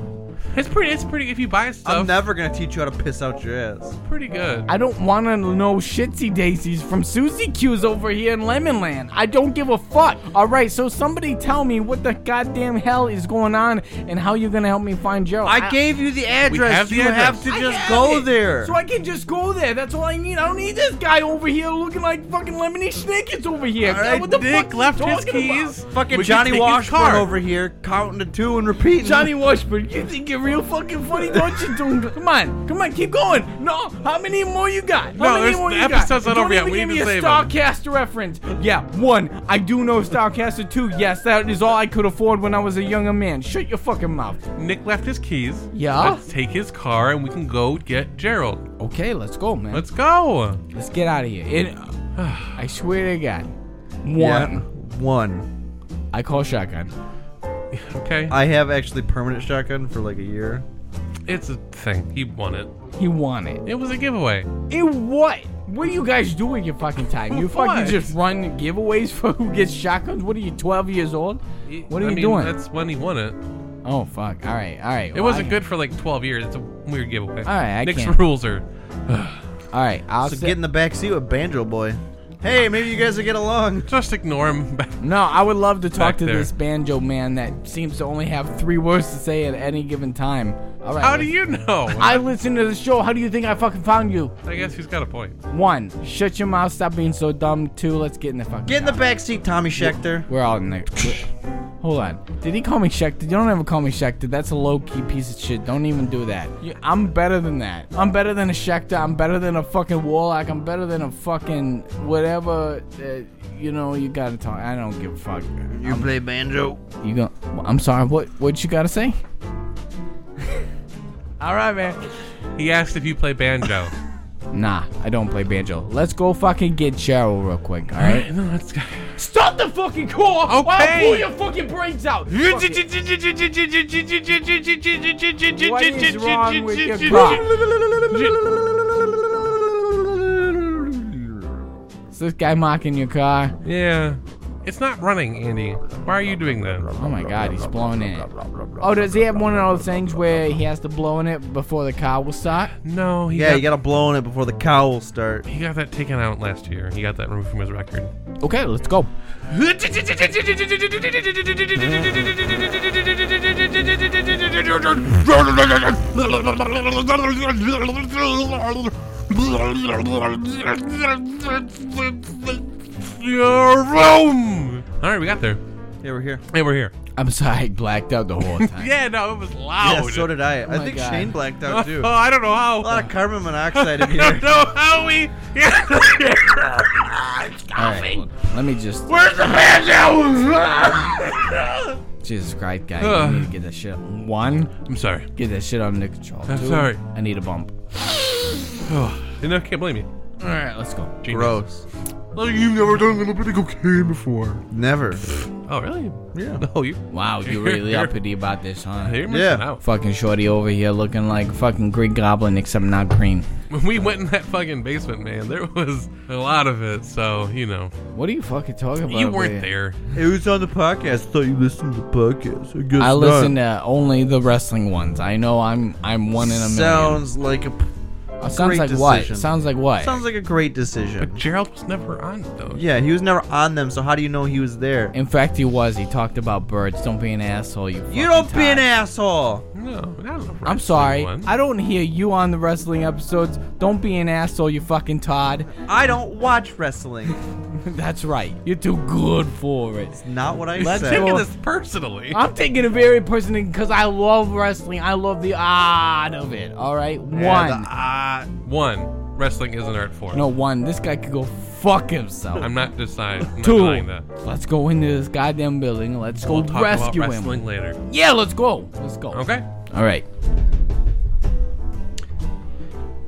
Speaker 1: It's pretty. It's pretty. If you buy
Speaker 2: I'm
Speaker 1: stuff,
Speaker 2: never gonna teach you how to piss out your ass.
Speaker 1: pretty good.
Speaker 3: I don't want to know shitsy daisies from Susie Q's over here in Lemonland. I don't give a fuck. All right, so somebody tell me what the goddamn hell is going on and how you're gonna help me find Gerald.
Speaker 2: I gave you the address.
Speaker 1: have the
Speaker 2: you
Speaker 1: address.
Speaker 2: have to
Speaker 3: I
Speaker 2: just
Speaker 3: have
Speaker 2: go
Speaker 3: it.
Speaker 2: there.
Speaker 3: So I can just go there. That's all I need. I don't need this guy over here looking like fucking Lemony Snicket's over here.
Speaker 2: All right,
Speaker 3: what the
Speaker 1: Dick
Speaker 3: fuck you
Speaker 1: left his
Speaker 3: talking about?
Speaker 1: keys.
Speaker 2: Fucking
Speaker 1: We can
Speaker 2: Johnny
Speaker 1: take his
Speaker 2: Washburn
Speaker 1: car.
Speaker 2: over here, counting to two and repeating.
Speaker 3: Johnny Washburn, you think you're real fucking funny, don't you, Doom? Come on, come on, keep going. No, how many more you got? How
Speaker 1: No,
Speaker 3: many
Speaker 1: there's-
Speaker 3: more
Speaker 1: the
Speaker 3: you
Speaker 1: episode's
Speaker 3: got?
Speaker 1: not
Speaker 3: don't
Speaker 1: over yet.
Speaker 3: even
Speaker 1: We
Speaker 3: give
Speaker 1: need
Speaker 3: me
Speaker 1: to
Speaker 3: a
Speaker 1: save 'em.
Speaker 3: Starcaster reference. Yeah, one. I do know Starcaster two. Yes, that is all I could afford when I was a younger man. Shut your fucking mouth.
Speaker 1: Nick left his keys.
Speaker 3: Yeah?
Speaker 1: Let's take his car and we can go get Gerald.
Speaker 3: Okay, let's go, man.
Speaker 1: Let's go.
Speaker 3: Let's get out of here. It, [sighs] I swear to God. One.
Speaker 2: Yeah, one.
Speaker 3: I call shotgun.
Speaker 1: Okay.
Speaker 2: I have actually permanent shotgun for like a year.
Speaker 1: it's a thing. He won it.
Speaker 3: He won it.
Speaker 1: It was a giveaway.
Speaker 3: It what? What are you guys doing your fucking time? You fucking
Speaker 1: What?
Speaker 3: just run giveaways for who gets shotguns? What are you, 12 years old? What are
Speaker 1: I
Speaker 3: you
Speaker 1: mean,
Speaker 3: doing?
Speaker 1: That's when he won it.
Speaker 3: Oh, fuck. All right, all right.
Speaker 1: It wasn't good for like 12 years. It's a weird giveaway.
Speaker 3: right, I
Speaker 1: Nick's
Speaker 3: can't-
Speaker 1: rules are.
Speaker 3: All right, I'll
Speaker 2: So
Speaker 3: say-
Speaker 2: get in the back seat with Banjo Boy. Hey, maybe you guys will get along.
Speaker 1: Just ignore him. [laughs]
Speaker 3: No, I would love to talk
Speaker 1: Back
Speaker 3: to
Speaker 1: there.
Speaker 3: this banjo man that seems to only have three words to say at any given time. All right.
Speaker 1: How do
Speaker 3: let's-
Speaker 1: you know? I,
Speaker 3: I listen to the show. How do you think I fucking found you?
Speaker 1: guess he's got a point.
Speaker 3: One, shut your mouth. Stop being so dumb. Two, let's get in the fucking.
Speaker 2: Get in the
Speaker 3: car.
Speaker 2: back seat, Tommy Schechter.
Speaker 3: We're all in there. We're- Hold on. Did he call me Schecter? You don't ever call me Schecter. That's a low key piece of shit. Don't even do that. You- I'm better than that. I'm better than a Schecter. I'm better than a fucking Warlock. I'm better than a fucking whatever. Uh, you know, you gotta talk. I don't give a fuck.
Speaker 2: You play banjo.
Speaker 3: You go. I'm sorry. What? What you gotta say? [laughs] all right, man.
Speaker 1: He asked if you play
Speaker 3: [laughs]
Speaker 1: banjo. [laughs]
Speaker 3: Nah, I don't play banjo. Let's go fucking get Cheryl real quick. All right.
Speaker 1: no, that's.
Speaker 3: Stop the fucking car.
Speaker 1: Okay.
Speaker 3: I'll pull your fucking brains out. Fuck it.
Speaker 1: What
Speaker 3: What is wrong with
Speaker 1: [laughs]
Speaker 3: your car? Is this guy mocking your car?
Speaker 1: Yeah. It's not running, Andy. Why are you doing that?
Speaker 3: Oh my god, he's blowing in it. Oh, does he have one of those things where he has to blow in it before the car will start?
Speaker 1: No, he
Speaker 2: Yeah,
Speaker 1: got,
Speaker 2: you gotta blow on it before the cow will start.
Speaker 1: he got that taken out last year. He got that removed from his record.
Speaker 3: Okay, let's go.
Speaker 1: Your room. All right, we got there.
Speaker 2: Yeah, we're here.
Speaker 1: Hey, we're here.
Speaker 3: I'm sorry, I blacked out the whole time.
Speaker 1: [laughs] Yeah, no, it was
Speaker 2: Yeah,
Speaker 1: loud. [laughs]
Speaker 2: so did I. I
Speaker 3: Oh my
Speaker 2: think
Speaker 3: God.
Speaker 2: Shane blacked out
Speaker 3: [laughs]
Speaker 2: too.
Speaker 1: Oh,
Speaker 2: A
Speaker 1: I don't know how.
Speaker 2: lot of carbon monoxide
Speaker 1: I
Speaker 2: in
Speaker 1: don't
Speaker 2: here.
Speaker 1: know how we. [laughs] It's
Speaker 3: All right,
Speaker 1: coughing.
Speaker 3: let me just.
Speaker 1: Where's the banjo?
Speaker 3: [laughs] Jesus Christ, guy,
Speaker 1: Ugh.
Speaker 3: you need to get that shit. One,
Speaker 1: I'm sorry.
Speaker 3: get that shit under control.
Speaker 1: I'm
Speaker 3: Two,
Speaker 1: sorry.
Speaker 3: I need a bump.
Speaker 1: Oh, you know, can't blame me.
Speaker 3: All right, let's go.
Speaker 1: Genius.
Speaker 2: Gross.
Speaker 1: Like, you've never done a little bit of cocaine before.
Speaker 2: Never.
Speaker 1: Oh, really?
Speaker 2: Yeah.
Speaker 1: Oh, you.
Speaker 3: Wow,
Speaker 1: [laughs]
Speaker 3: you really uppity about this, huh?
Speaker 1: You're missing
Speaker 2: Yeah.
Speaker 1: out.
Speaker 3: Fucking shorty over here looking like fucking Green Goblin, except not green.
Speaker 1: When we went in that fucking basement, man, there was a lot of it. So you know,
Speaker 3: What are you fucking talking about?
Speaker 1: you
Speaker 3: over
Speaker 1: weren't
Speaker 3: here?
Speaker 1: there.
Speaker 2: [laughs] It was on the podcast. Thought you listened to the podcast. I guess
Speaker 3: I
Speaker 2: not.
Speaker 3: listen to only the wrestling ones. I know I'm I'm one in a million.
Speaker 2: Sounds like a
Speaker 3: Uh, sounds
Speaker 2: great
Speaker 3: like what?
Speaker 2: decision.
Speaker 3: Sounds like what?
Speaker 2: sounds like a great decision.
Speaker 1: Gerald was never on those.
Speaker 2: Yeah, he was never on them, so how do you know he was there?
Speaker 3: In fact, he was. He talked about birds. Don't be an asshole. You.
Speaker 2: You don't
Speaker 3: fucking
Speaker 2: be an
Speaker 3: tyrant.
Speaker 2: asshole.
Speaker 1: No, not on the
Speaker 3: I'm sorry.
Speaker 1: wrestling one.
Speaker 3: I don't hear you on the wrestling episodes. Don't be an asshole, you fucking Todd. [laughs]
Speaker 2: I don't watch wrestling.
Speaker 3: That's right. You're too good for
Speaker 2: [laughs]
Speaker 3: it.
Speaker 2: It's not what I
Speaker 3: Let's
Speaker 2: said.
Speaker 1: taking
Speaker 3: go.
Speaker 1: this personally.
Speaker 3: I'm taking it very personally because I love wrestling. I love the art of it. All right, one.
Speaker 2: Yeah, the- ah,
Speaker 1: One, wrestling is an art form.
Speaker 3: no, one. This guy could go fuck himself.
Speaker 1: I'm not deciding. I'm not
Speaker 3: Two.
Speaker 1: denying that.
Speaker 3: Let's go into this goddamn building. Let's go
Speaker 1: We'll talk
Speaker 3: rescue
Speaker 1: about
Speaker 3: him.
Speaker 1: wrestling later.
Speaker 3: Yeah, let's go. Let's go.
Speaker 1: Okay.
Speaker 3: All right.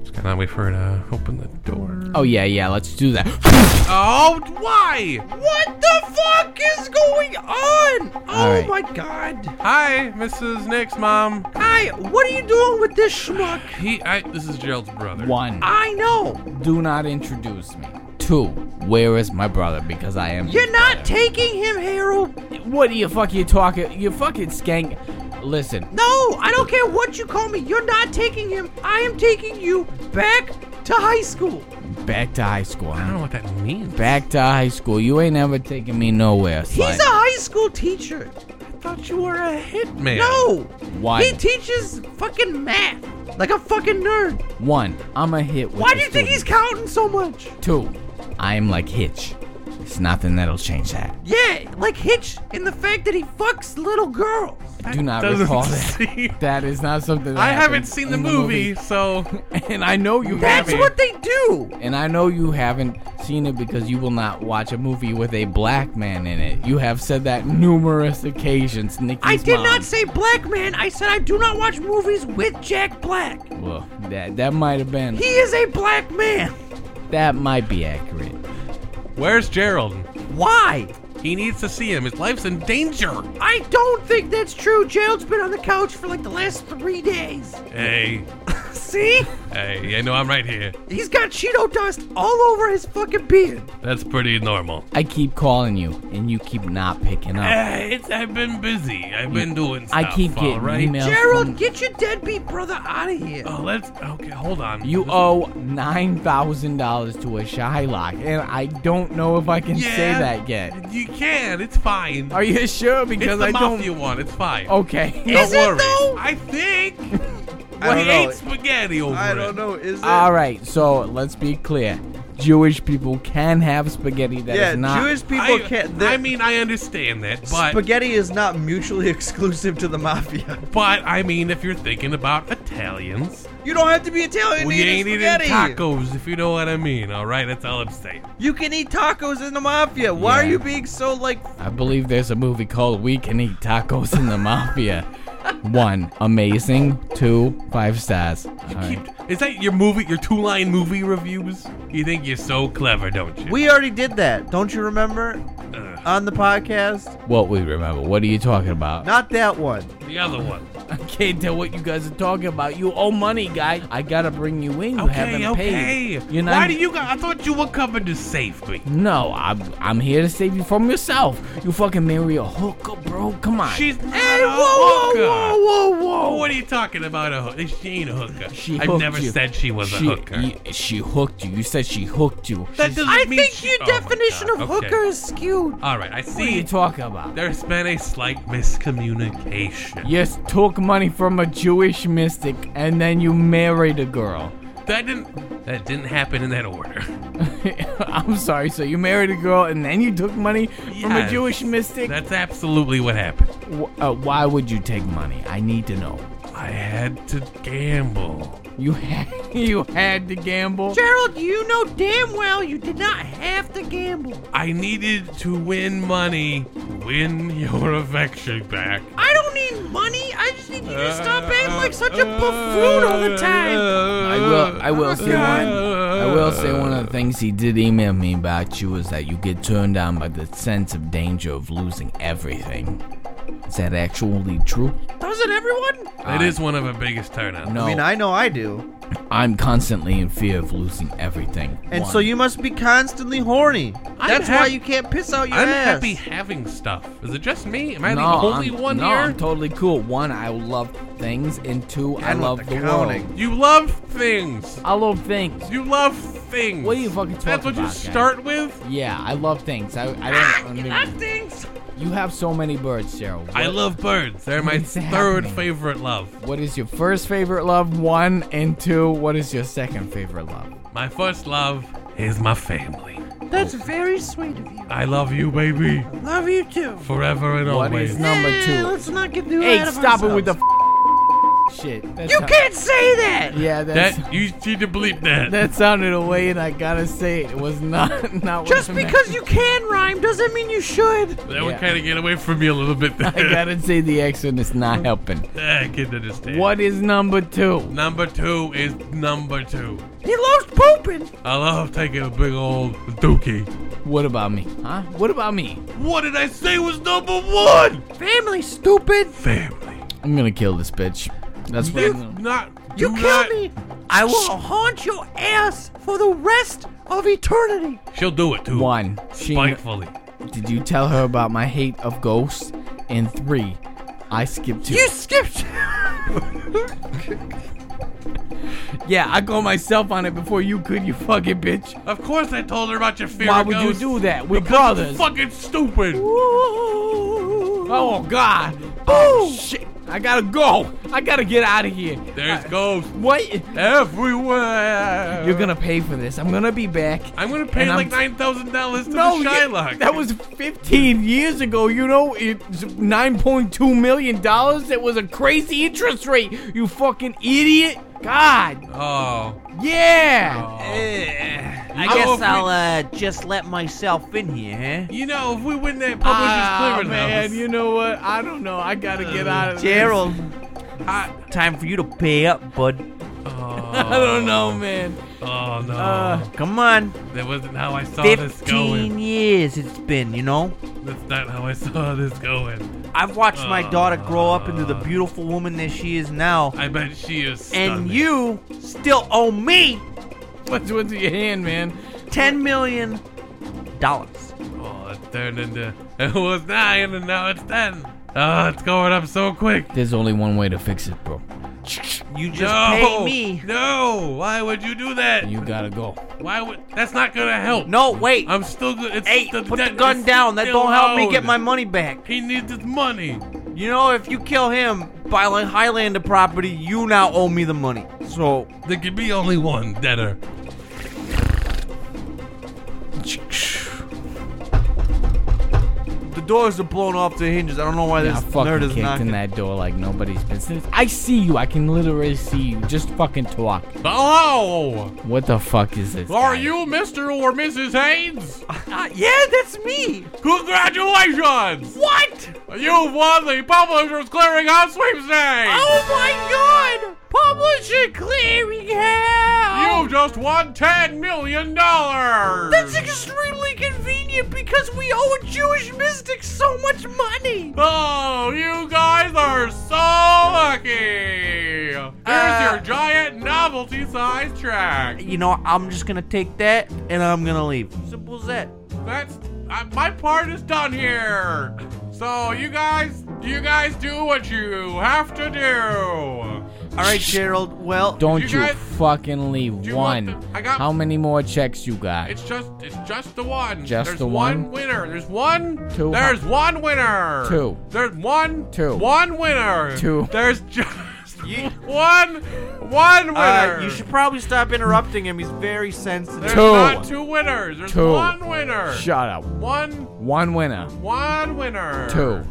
Speaker 1: Just gotta wait for it to open the door.
Speaker 3: Oh yeah, yeah. Let's do that. [gasps]
Speaker 1: Oh, why?
Speaker 2: What the fuck is going on?
Speaker 3: All
Speaker 2: Oh
Speaker 3: right.
Speaker 2: my god.
Speaker 1: Hi, Mrs. Nick's mom.
Speaker 2: Hi, what are you doing with this schmuck?
Speaker 1: He, I, this is Gerald's brother.
Speaker 3: One.
Speaker 2: I know.
Speaker 3: Do not introduce me. Two. Where is my brother? Because I am.
Speaker 2: You're not taking him, Harold.
Speaker 3: What do you fuck you talking? You fucking skank. Listen.
Speaker 2: No, I don't care what you call me. You're not taking him. I am taking you back to high school.
Speaker 3: Back to high school.
Speaker 1: I
Speaker 3: huh?
Speaker 1: don't know what that means.
Speaker 3: Back to high school. You ain't ever taking me nowhere.
Speaker 2: He's
Speaker 3: Sly.
Speaker 2: a high school teacher.
Speaker 1: I thought you were a hitman.
Speaker 2: No.
Speaker 3: Why?
Speaker 2: He teaches fucking math like a fucking nerd.
Speaker 3: One. I'm a hit. With
Speaker 2: Why
Speaker 3: the
Speaker 2: do you think he's
Speaker 3: students.
Speaker 2: counting so much?
Speaker 3: Two. I'm like Hitch. It's nothing that'll change that.
Speaker 2: Yeah, like Hitch in the fact that he fucks little girls.
Speaker 3: Do not
Speaker 1: doesn't
Speaker 2: [laughs]
Speaker 3: recall that.
Speaker 1: [laughs] seem-
Speaker 3: That is not something. That
Speaker 1: I haven't
Speaker 3: happened
Speaker 1: seen the
Speaker 3: in
Speaker 1: movie, so
Speaker 3: [laughs] and I know you
Speaker 2: That's
Speaker 3: haven't.
Speaker 2: what they do.
Speaker 3: and I know you haven't seen it because you will not watch a movie with a black man in it. You have said that numerous occasions, Nikki's
Speaker 2: I did
Speaker 3: mom.
Speaker 2: not say black man. I said I do not watch movies with Jack Black.
Speaker 3: Well, that that might have been.
Speaker 2: He is a black man.
Speaker 3: That might be accurate.
Speaker 1: where's Gerald?
Speaker 2: Why?
Speaker 1: He needs to see him. His life's in danger.
Speaker 2: I don't think that's true. Gerald's been on the couch for like the last three days.
Speaker 1: Hey,
Speaker 2: See?
Speaker 1: hey, I know I'm right here.
Speaker 2: He's got Cheeto dust all over his fucking beard.
Speaker 1: That's pretty normal.
Speaker 3: I keep calling you, and you keep not picking up.
Speaker 1: Eh, it's, I've been busy. I've been doing stuff.
Speaker 3: Oh. I keep
Speaker 1: all
Speaker 3: getting
Speaker 1: right?
Speaker 3: emails.
Speaker 2: Gerald,
Speaker 3: from-
Speaker 2: get your deadbeat brother out of here.
Speaker 1: Oh, let's. Okay, hold on.
Speaker 3: You owe nine thousand dollars to a Shylock, and I don't know if I can
Speaker 1: yeah,
Speaker 3: say that yet.
Speaker 1: You can. It's fine.
Speaker 3: Are you sure?
Speaker 1: it's
Speaker 3: Because
Speaker 1: the
Speaker 3: I don't. Oh,
Speaker 1: mafia one. It's fine.
Speaker 3: Okay.
Speaker 1: don't
Speaker 2: Is it,
Speaker 1: worry.
Speaker 2: though?
Speaker 1: I think.
Speaker 2: I
Speaker 1: well, he
Speaker 2: don't know.
Speaker 1: ate spaghetti over it.
Speaker 2: know. Is it?
Speaker 3: All right, so let's be clear. Jewish people can have spaghetti that is
Speaker 2: yeah,
Speaker 3: not.
Speaker 2: Jewish people
Speaker 1: I,
Speaker 2: can't.
Speaker 1: I
Speaker 2: they're-
Speaker 1: mean, I understand that, but
Speaker 2: spaghetti is not mutually [laughs] exclusive to the mafia.
Speaker 1: but I mean, if you're thinking about Italians,
Speaker 2: You don't have to be Italian
Speaker 1: we
Speaker 2: to eat
Speaker 1: ain't eating
Speaker 2: spaghetti.
Speaker 1: tacos, if you know what I mean. All right, that's all I'm saying.
Speaker 2: You can eat tacos in the mafia. Why
Speaker 3: Yeah.
Speaker 2: are you being so like?
Speaker 3: I believe there's a movie called "We Can Eat Tacos in the Mafia." One, amazing. Two, five stars. All right.
Speaker 1: Keep Is that your movie, your two line movie reviews? You think you're so clever, don't you?
Speaker 2: We already did that. Don't you remember? On the podcast?
Speaker 3: What we remember? What are you talking about?
Speaker 2: Not that one.
Speaker 1: the other one.
Speaker 3: I can't tell what you guys are talking about. You owe money, guy. I gotta bring you in. You haven't
Speaker 1: Okay, okay.
Speaker 3: paid. You're not-
Speaker 1: Why do you? Got, I thought you were coming to save me.
Speaker 3: No, I'm I'm here to save you from yourself. You fucking marry a hooker, bro. Come on.
Speaker 1: She's not
Speaker 3: Hey,
Speaker 1: a
Speaker 3: whoa, whoa,
Speaker 1: hooker.
Speaker 3: whoa, whoa, whoa.
Speaker 1: What are you talking about? A hooker? She ain't a hooker.
Speaker 3: She
Speaker 1: I've
Speaker 3: hooked
Speaker 1: never
Speaker 3: you.
Speaker 1: said she was
Speaker 3: she,
Speaker 1: a hooker.
Speaker 3: you- she hooked you. You said she hooked you.
Speaker 1: that doesn't
Speaker 4: I
Speaker 1: mean
Speaker 4: think
Speaker 1: she-
Speaker 4: your
Speaker 1: oh my
Speaker 4: definition
Speaker 1: God,
Speaker 4: of
Speaker 1: okay.
Speaker 4: hooker is skewed.
Speaker 1: All right, I
Speaker 3: What are
Speaker 1: see.
Speaker 3: you talking about?
Speaker 1: There's been a slight miscommunication.
Speaker 3: Yes, took money from a Jewish mystic and then you married a girl. [laughs]
Speaker 1: That didn't. That didn't happen in that order.
Speaker 3: I'm sorry, so you married a girl and then you took money from a
Speaker 1: Yes.
Speaker 3: Jewish mystic?
Speaker 1: That's absolutely what happened.
Speaker 3: Wh- uh, why would you take money? I need to know.
Speaker 1: I had to gamble.
Speaker 3: You had, [laughs] you had to gamble?
Speaker 4: Gerald, you know damn well you did not have to gamble.
Speaker 1: I needed to win money, to win your affection back.
Speaker 4: I don't need money. I just need you to stop
Speaker 1: Uh,
Speaker 4: acting like such a buffoon all the time.
Speaker 3: I will. I will say
Speaker 1: God.
Speaker 3: one. I will say one of the things he did email me about you is that you get turned on by the sense of danger of losing everything. Is that actually true?
Speaker 1: uh.
Speaker 4: Doesn't everyone?
Speaker 1: That is one of our biggest turnouts.
Speaker 3: No,
Speaker 2: I mean, I know I do.
Speaker 3: I'm constantly in fear of losing everything.
Speaker 2: And
Speaker 3: One.
Speaker 2: so you must be constantly horny. That's
Speaker 1: hap-
Speaker 2: why you can't piss out your
Speaker 1: I'm
Speaker 2: ass.
Speaker 1: happy having stuff. Is it just me? Am I
Speaker 3: no,
Speaker 1: the only
Speaker 3: I'm,
Speaker 1: one
Speaker 3: no,
Speaker 1: here?
Speaker 3: I'm totally cool. One, I love things, and two, I
Speaker 2: And with
Speaker 3: love
Speaker 2: the
Speaker 3: the, world.
Speaker 2: counting.
Speaker 1: you love things.
Speaker 3: I love things.
Speaker 1: You love things.
Speaker 3: What are you fucking
Speaker 1: That's
Speaker 3: talking
Speaker 1: what you
Speaker 3: about, guy?
Speaker 1: start with.
Speaker 3: Yeah, I love things. I, I don't. I mean,
Speaker 4: Ah, things.
Speaker 3: you have so many birds, Sarah.
Speaker 1: I love birds. They're my
Speaker 3: What's
Speaker 1: third
Speaker 3: happening?
Speaker 1: favorite love.
Speaker 3: What is your first favorite love? One and two. What is your second favorite love?
Speaker 1: My first love is my family.
Speaker 4: That's very sweet of you.
Speaker 1: I love you, baby,
Speaker 4: Love you too.
Speaker 1: forever and
Speaker 3: What
Speaker 1: always.
Speaker 3: is number
Speaker 4: Eh,
Speaker 3: two?
Speaker 4: Let's not get too
Speaker 3: Hey,
Speaker 4: ahead of
Speaker 3: stop it with the
Speaker 4: ourselves.
Speaker 3: f- shit. That
Speaker 4: You
Speaker 3: sound-
Speaker 4: can't say that.
Speaker 3: Yeah, that's,
Speaker 1: that
Speaker 3: that
Speaker 1: you need to bleep that.
Speaker 3: sounded away, and I gotta say it, it was not [laughs] not. what
Speaker 4: Just
Speaker 3: I meant.
Speaker 4: because you can rhyme doesn't mean you should.
Speaker 1: that would
Speaker 3: yeah.
Speaker 1: kind of get away from you a little bit. There.
Speaker 3: [laughs] I gotta say the accent is not helping.
Speaker 1: [laughs] I can understand.
Speaker 3: What is number two?
Speaker 1: Number two is number two.
Speaker 4: He loves pooping.
Speaker 1: I love taking a big old dookie.
Speaker 3: What about me? Huh? What about me?
Speaker 1: What did I say was number one?
Speaker 4: Family, stupid.
Speaker 1: Family.
Speaker 3: I'm gonna kill this bitch. That's what.
Speaker 1: You
Speaker 3: I'm gonna-
Speaker 1: not.
Speaker 4: You
Speaker 1: do
Speaker 4: kill
Speaker 1: not-
Speaker 4: me. I will haunt your ass for the rest of eternity.
Speaker 1: She'll do it too.
Speaker 3: One. She,
Speaker 1: Spitefully.
Speaker 3: did you tell her about my hate of ghosts? And three, I skipped two.
Speaker 4: You skipped.
Speaker 3: Yeah, I called myself on it before you could, you fucking bitch.
Speaker 1: Of course, I told her about your fear.
Speaker 3: Why
Speaker 1: of
Speaker 3: would you
Speaker 1: ghosts.
Speaker 3: do that? We're
Speaker 1: Because
Speaker 3: brothers.
Speaker 1: it's Fucking stupid.
Speaker 3: Oh God. Oh shit. I gotta go. I gotta get out of here.
Speaker 1: There's ghosts
Speaker 3: What?
Speaker 1: everywhere.
Speaker 3: You're gonna pay for this. I'm gonna be back.
Speaker 1: I'm gonna pay
Speaker 3: and I'm-
Speaker 1: like nine thousand dollars to
Speaker 3: no,
Speaker 1: the
Speaker 3: you-
Speaker 1: Shylock.
Speaker 3: that was 15 years ago. You know, it's 9.2 million dollars. It was a crazy interest rate. You fucking idiot. God.
Speaker 1: Oh.
Speaker 3: Yeah.
Speaker 1: I
Speaker 2: I guess I'll uh, just let myself in here.
Speaker 1: You know, if we win that
Speaker 3: Ah,
Speaker 2: Oh,
Speaker 1: publisher's
Speaker 3: man,
Speaker 1: clearinghouse,
Speaker 3: you know what? I don't know. I gotta get out of here.
Speaker 2: Uh, Gerald,
Speaker 1: I,
Speaker 2: time for you to pay up, bud.
Speaker 3: [laughs] I don't know, man.
Speaker 1: Oh no,
Speaker 3: Uh,
Speaker 2: Come on.
Speaker 1: that wasn't how I saw Oh, this
Speaker 2: 15
Speaker 1: going.
Speaker 2: years it's been, you know?
Speaker 1: That's not how I saw this going.
Speaker 2: I've watched my
Speaker 1: Oh.
Speaker 2: daughter grow up into the
Speaker 1: Uh.
Speaker 2: beautiful woman that she is now,
Speaker 1: I bet she is. Stunning.
Speaker 2: and you still owe me
Speaker 3: what's what's in your hand, man?
Speaker 2: 10 million dollars.
Speaker 1: Oh, it turned into. It was nine, and now it's ten. Oh, it's going up so quick.
Speaker 3: There's only one way to fix it, bro.
Speaker 2: You just
Speaker 1: No,
Speaker 2: pay me.
Speaker 1: no. Why would you do that?
Speaker 3: You gotta go.
Speaker 1: Why would? That's not gonna help.
Speaker 2: No, wait.
Speaker 1: I'm still. go- It's
Speaker 2: hey,
Speaker 1: the
Speaker 2: put the
Speaker 1: debt
Speaker 2: gun
Speaker 1: is
Speaker 2: down. That
Speaker 1: still
Speaker 2: don't help me
Speaker 1: owed.
Speaker 2: get my money
Speaker 1: [laughs]
Speaker 2: back.
Speaker 1: He needs his money.
Speaker 2: You know, if you kill him by like Highlander property, you now owe me the money. So
Speaker 1: There could be only one debtor.
Speaker 2: the doors are blown off the hinges. I don't know why
Speaker 3: Yeah, I
Speaker 2: this nerd
Speaker 3: fucking
Speaker 2: is
Speaker 3: kicked in
Speaker 2: knocking.
Speaker 3: that door like nobody's business. I see you. I can literally see you. Just fucking talk.
Speaker 1: Hello.
Speaker 3: What the fuck is this?
Speaker 1: Are
Speaker 3: guy?
Speaker 1: you Mr. or Mrs. Haynes?
Speaker 2: Ah, yeah, that's me.
Speaker 1: Congratulations!
Speaker 2: What?
Speaker 1: You've won the Publishers Clearinghouse Sweepstakes!
Speaker 2: Oh my god!
Speaker 4: Publishing Clearinghouse!
Speaker 1: You just won ten million dollars.
Speaker 4: That's extremely convenient because we owe a Jewish mystic so much money!
Speaker 1: Oh, you guys are so lucky! Here's
Speaker 4: Uh,
Speaker 1: your giant novelty size track.
Speaker 4: You know, I'm just gonna take that and I'm gonna leave. Simple as that.
Speaker 1: That's I, my part is done here. So you guys, you guys do what you have to do.
Speaker 4: All right, Gerald. Well,
Speaker 3: Don't
Speaker 1: You
Speaker 3: you,
Speaker 1: guys-
Speaker 3: fucking leave
Speaker 1: Do you
Speaker 3: one.
Speaker 1: want the- I got-
Speaker 3: How many more checks you got?
Speaker 1: It's just, it's just the one.
Speaker 3: Just
Speaker 1: There's
Speaker 3: the
Speaker 1: one?
Speaker 3: one?
Speaker 1: winner. There's one.
Speaker 3: Two.
Speaker 1: There's one winner.
Speaker 3: Two.
Speaker 1: There's one.
Speaker 3: Two.
Speaker 1: One winner.
Speaker 3: Two.
Speaker 1: There's just
Speaker 4: You-
Speaker 1: one. One winner.
Speaker 4: uh, you should probably stop interrupting him. He's very sensitive.
Speaker 1: There's
Speaker 3: Two.
Speaker 1: not two winners. There's
Speaker 3: Two.
Speaker 1: one winner.
Speaker 3: Shut up.
Speaker 1: One.
Speaker 3: One winner.
Speaker 1: One winner.
Speaker 3: Two.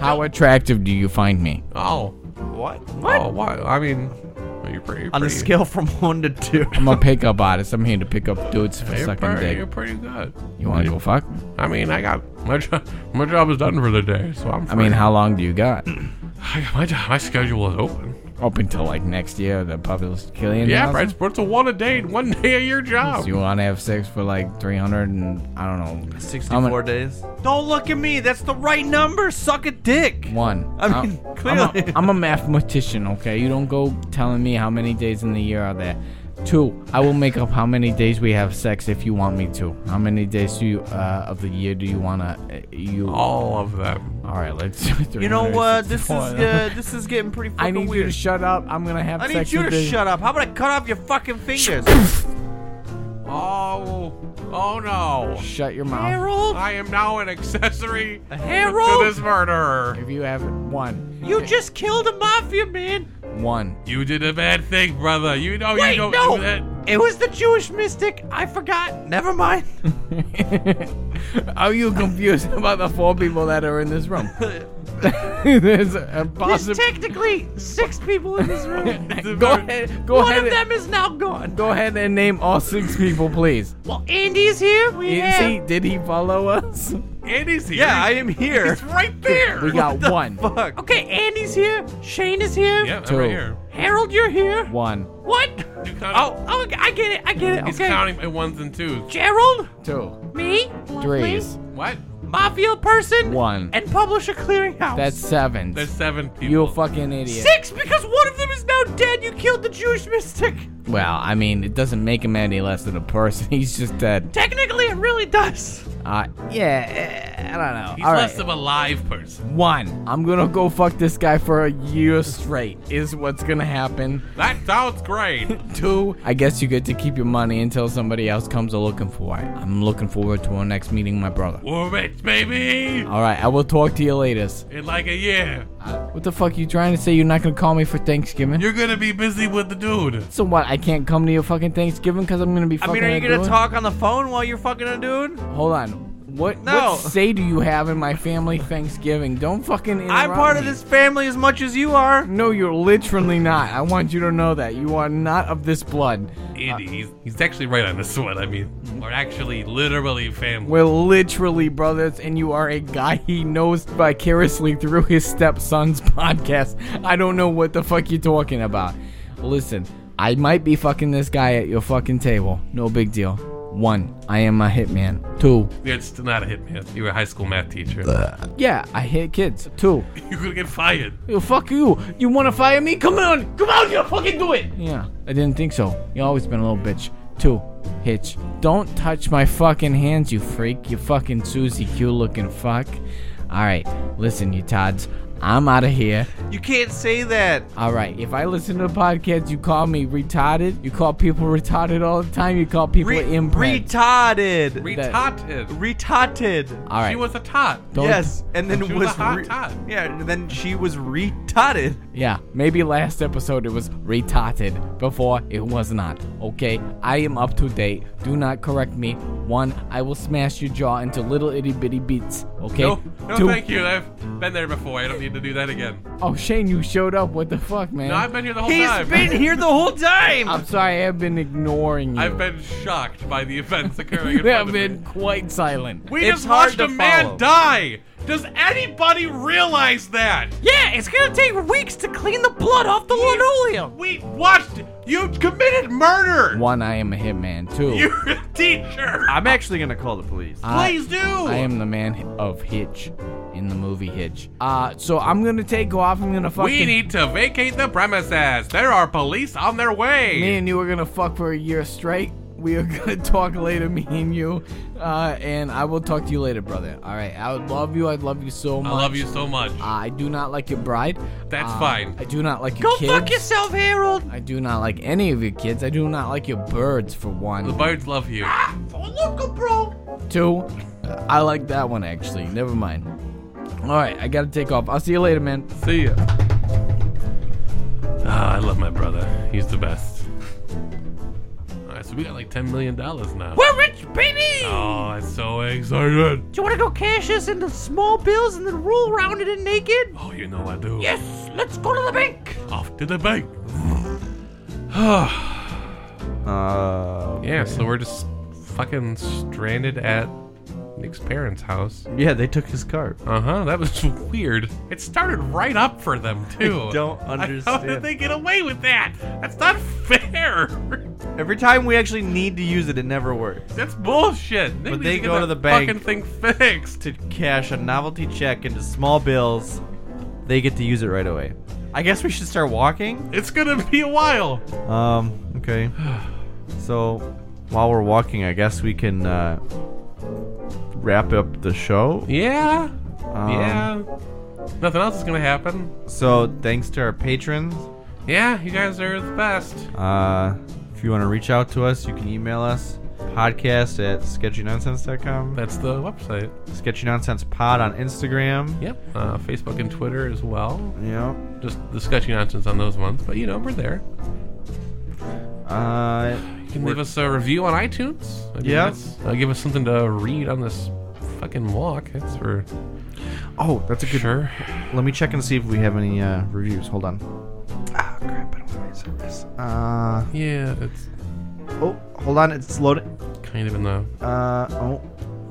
Speaker 3: How attractive do you find me?
Speaker 1: Oh.
Speaker 4: What?
Speaker 1: Oh, why? I mean, well, you're pretty.
Speaker 4: On a
Speaker 1: pretty-
Speaker 4: scale from [laughs] one to two.
Speaker 1: [laughs]
Speaker 3: I'm a pickup artist. I'm here to pick up dudes for
Speaker 1: You're
Speaker 3: sucking
Speaker 1: pretty,
Speaker 3: dick.
Speaker 1: you're pretty good.
Speaker 3: You want to go fuck?
Speaker 1: I mean, I got my [laughs] job. My job is done for the day, so I'm.
Speaker 3: I mean, how long do you got? [clears throat]
Speaker 1: I, my job, my schedule is open.
Speaker 3: Up until like next year, the populist killing.
Speaker 1: Yeah,
Speaker 3: house?
Speaker 1: right. It's it's a one a day, one day a year job.
Speaker 3: So you want to have sex for like 300 and I don't know. how many-
Speaker 2: days.
Speaker 4: Don't look at me. That's the right number. Suck a dick.
Speaker 3: One.
Speaker 4: I mean,
Speaker 3: I'm-
Speaker 4: clearly.
Speaker 3: I'm a- I'm a mathematician, okay? You don't go telling me how many days in the year are there. Two, I will make up how many days we have sex if you want me to. How many days do you, uh, of the year do you want to? Uh, you.
Speaker 1: All of them.
Speaker 3: All right, let's. do
Speaker 4: Oh. You know
Speaker 3: [laughs]
Speaker 4: what? This is
Speaker 3: 364.
Speaker 4: uh, this is getting pretty
Speaker 3: [laughs]
Speaker 4: fucking
Speaker 3: I need you
Speaker 4: weird.
Speaker 3: to shut up. I'm gonna have
Speaker 4: I need
Speaker 3: sex
Speaker 4: you
Speaker 3: with
Speaker 4: to
Speaker 3: this-
Speaker 4: shut up. How about I cut off your fucking fingers?
Speaker 1: Oh, oh no!
Speaker 3: Shut your mouth.
Speaker 4: Harold,
Speaker 1: I am now an accessory to
Speaker 4: Harold,
Speaker 1: this murderer.
Speaker 3: If you have one,
Speaker 4: you just killed a mafia man.
Speaker 3: one.
Speaker 1: You did a bad thing, brother. You know
Speaker 4: Wait,
Speaker 1: you don't
Speaker 4: no.
Speaker 1: do that.
Speaker 4: It was the Jewish mystic. I forgot.
Speaker 3: [laughs]
Speaker 4: Never mind.
Speaker 3: Are you confused [laughs] about the four people that are in this
Speaker 4: [laughs]
Speaker 3: room? [laughs] There's a
Speaker 4: There's
Speaker 3: possible.
Speaker 4: technically six people in this room.
Speaker 3: go ahead. [laughs] Go
Speaker 4: One
Speaker 3: ahead.
Speaker 4: of
Speaker 3: and-
Speaker 4: them is now gone.
Speaker 3: Go ahead and name all six people, please.
Speaker 4: Well, Andy's here. We
Speaker 3: Did-
Speaker 4: have.
Speaker 3: See, did he follow us?
Speaker 1: Andy's here.
Speaker 2: Yeah, I am here.
Speaker 1: It's right there.
Speaker 3: [laughs] We got one.
Speaker 2: Fuck.
Speaker 4: Okay, Andy's here. Shane is here.
Speaker 1: Yeah, I'm
Speaker 3: Two.
Speaker 1: right here.
Speaker 4: Harold, you're here.
Speaker 3: One,
Speaker 4: What?
Speaker 1: You counted-
Speaker 4: Oh, oh, I get it. I get it.
Speaker 1: He's
Speaker 4: okay.
Speaker 1: counting by ones and twos.
Speaker 4: Gerald,
Speaker 3: two,
Speaker 4: me,
Speaker 3: threes,
Speaker 4: lovely,
Speaker 1: What?
Speaker 4: mafia person,
Speaker 3: one.
Speaker 4: and publisher clearinghouse.
Speaker 3: That's sevens.
Speaker 1: There's seven people.
Speaker 3: you fucking idiot.
Speaker 4: six because one of them is now dead. You killed the Jewish mystic.
Speaker 3: Well, I mean, it doesn't make him any less than a person. [laughs] He's just dead.
Speaker 4: Technically, it really does.
Speaker 3: Uh, yeah, eh, I don't know.
Speaker 1: He's
Speaker 3: All
Speaker 1: less
Speaker 3: right.
Speaker 1: of a live person.
Speaker 3: One, I'm gonna go fuck this guy for a year straight, is what's gonna happen.
Speaker 1: That sounds great.
Speaker 3: Two, I guess you get to keep your money until somebody else comes a looking for it. I'm looking forward to our next meeting, my brother.
Speaker 1: We're rich, baby.
Speaker 3: Alright, I will talk to you later. Uh,
Speaker 1: In like a year,
Speaker 3: What the fuck you trying to say? You're not gonna call me for Thanksgiving?
Speaker 1: you're gonna be busy with the dude.
Speaker 3: so what? I can't come to your fucking Thanksgiving because I'm gonna be
Speaker 4: I
Speaker 3: fucking.
Speaker 4: mean, are you
Speaker 3: a
Speaker 4: gonna
Speaker 3: dude?
Speaker 4: talk on the phone while you're fucking a dude?
Speaker 3: Hold on. What,
Speaker 4: No.
Speaker 3: what say do you have in my family Thanksgiving? Don't fucking interrupt
Speaker 4: I'm part of
Speaker 3: me.
Speaker 4: this family as much as you are.
Speaker 3: No, you're literally not. I want you to know that you are not of this blood.
Speaker 1: Andy, he's, he's actually right on this one. I mean, we're actually literally family.
Speaker 3: We're literally brothers, and you are a guy he knows vicariously through his stepson's [laughs] podcast. I don't know what the fuck you're talking about. Listen, I might be fucking this guy at your fucking table. No big deal. One, I am a hitman. Two,
Speaker 1: You're just not a hitman. You were a high school math teacher.
Speaker 3: yeah, I hit kids. Two,
Speaker 1: [laughs] You're gonna get fired.
Speaker 3: Yo, fuck you. You want to fire me? Come on. Come on, you fucking do it. Yeah, I didn't think so. You always been a little bitch. Two, Hitch. Don't touch my fucking hands, you freak. You fucking Susie Q looking fuck. All right, listen, you Tods. I'm out of here.
Speaker 4: You can't say that.
Speaker 3: All right, if I listen to the podcast, you call me retarded. You call people [laughs] retarded all the time. You call people
Speaker 4: Re-
Speaker 3: inbred.
Speaker 4: retarded.
Speaker 1: Retotted.
Speaker 4: Retotted.
Speaker 3: all
Speaker 1: She
Speaker 3: right,
Speaker 1: was a tot.
Speaker 3: don't-
Speaker 4: yes, and then
Speaker 1: She was
Speaker 4: was,
Speaker 1: a hot
Speaker 4: re-
Speaker 1: tot.
Speaker 4: yeah, and then she was retotted.
Speaker 3: Yeah, maybe last episode it was retarded. Before it was not. Okay, I am up to date. Do not correct me. One, I will smash your jaw into little itty bitty beats. Okay.
Speaker 1: No, no,
Speaker 3: Two-
Speaker 1: thank you. I've been there before. I don't need to do that again.
Speaker 3: Oh Shane, you showed up. What the fuck, man?
Speaker 1: No, I've been here the whole
Speaker 4: He's
Speaker 1: time.
Speaker 4: been here the whole time.
Speaker 3: I'm sorry, I've been ignoring
Speaker 1: [laughs]
Speaker 3: you.
Speaker 1: I've been shocked by the events occurring. [laughs]
Speaker 3: You
Speaker 1: in front
Speaker 3: have
Speaker 1: of
Speaker 3: been
Speaker 1: Me.
Speaker 3: quite silent.
Speaker 1: We
Speaker 4: It's
Speaker 1: just
Speaker 4: hard
Speaker 1: watched
Speaker 4: to
Speaker 1: a man
Speaker 4: follow.
Speaker 1: die. Does anybody realize that?
Speaker 4: Yeah, it's gonna take weeks to clean the blood off the linoleum.
Speaker 1: We watched. You committed murder. [laughs]
Speaker 3: One, I am a hitman. Two,
Speaker 1: You're a teacher.
Speaker 2: I'm actually gonna call the police.
Speaker 3: I-
Speaker 1: Please do.
Speaker 3: I am the man of Hitch in the movie Hitch. Uh, so I'm gonna take off. I'm gonna fucking.
Speaker 1: We need to vacate the premises. There are police on their way.
Speaker 3: Me and you are gonna fuck for a year straight. We are [laughs] gonna talk later, me and you. Uh, and I will talk to you later, brother. All right. I would love you. I love you so
Speaker 1: I
Speaker 3: much.
Speaker 1: love you so much.
Speaker 3: I do not like your bride.
Speaker 1: That's
Speaker 3: Uh,
Speaker 1: fine.
Speaker 3: I do not like your
Speaker 4: Go
Speaker 3: kids.
Speaker 4: fuck yourself, Harold.
Speaker 3: I do not like any of your kids. I do not like your birds, for one.
Speaker 1: The birds love you.
Speaker 3: Two, uh, I like that one actually. Never mind. All right, I gotta take off. I'll see you later, man.
Speaker 1: See ya. Ah, I love my brother. He's the best. All right, so we got like ten million dollars now.
Speaker 4: We're rich, baby.
Speaker 1: Oh, I'm so excited.
Speaker 4: Do you wanna go cash this into small bills and then roll around in it naked?
Speaker 1: Oh, you know I do.
Speaker 4: Yes, let's go to the bank.
Speaker 1: Off to the bank.
Speaker 2: Uh,
Speaker 1: yeah, so we're just fucking stranded at Nick's parents' house.
Speaker 2: yeah, they took his car.
Speaker 1: Uh huh. That was [laughs] weird. It started right up for them too. [laughs]
Speaker 2: Don't
Speaker 1: How did
Speaker 2: understand.
Speaker 1: they get away with that? That's not fair. [laughs]
Speaker 2: Every time we actually need to use it, it never works.
Speaker 1: That's bullshit. Nick
Speaker 2: But
Speaker 1: needs
Speaker 2: they
Speaker 1: get
Speaker 2: go to
Speaker 1: that
Speaker 2: the bank.
Speaker 1: Fucking thing fixed.
Speaker 2: To cash a novelty check into small bills, they get to use it right away. I guess we should start walking.
Speaker 1: It's gonna be a while.
Speaker 2: Um, okay. So, while we're walking, I guess we can uh, wrap up the show.
Speaker 1: Yeah.
Speaker 2: Um,
Speaker 1: yeah. Nothing else is gonna happen.
Speaker 2: So, thanks to our patrons.
Speaker 1: Yeah, you guys are the best.
Speaker 2: Uh, if you want to reach out to us, you can email us podcast at sketchynonsense.com.
Speaker 1: That's the website.
Speaker 2: Sketchy Nonsense Pod on Instagram.
Speaker 1: Yep. Uh, Facebook and Twitter as well.
Speaker 2: Yep.
Speaker 1: Just the sketchy nonsense on those ones, but you know we're there.
Speaker 2: Uh,
Speaker 1: You can leave us a review on iTunes. I mean,
Speaker 2: Yeah.
Speaker 1: that's- Uh, give us something to read on this fucking walk. That's for
Speaker 2: oh, that's a good.
Speaker 1: sure.
Speaker 2: Let me check and see if we have any uh, reviews. Hold on. Ah, crap! I don't want to this. Uh,
Speaker 1: Yeah, it's
Speaker 2: oh, hold on. It's loading.
Speaker 1: kind of in the
Speaker 2: Uh, oh,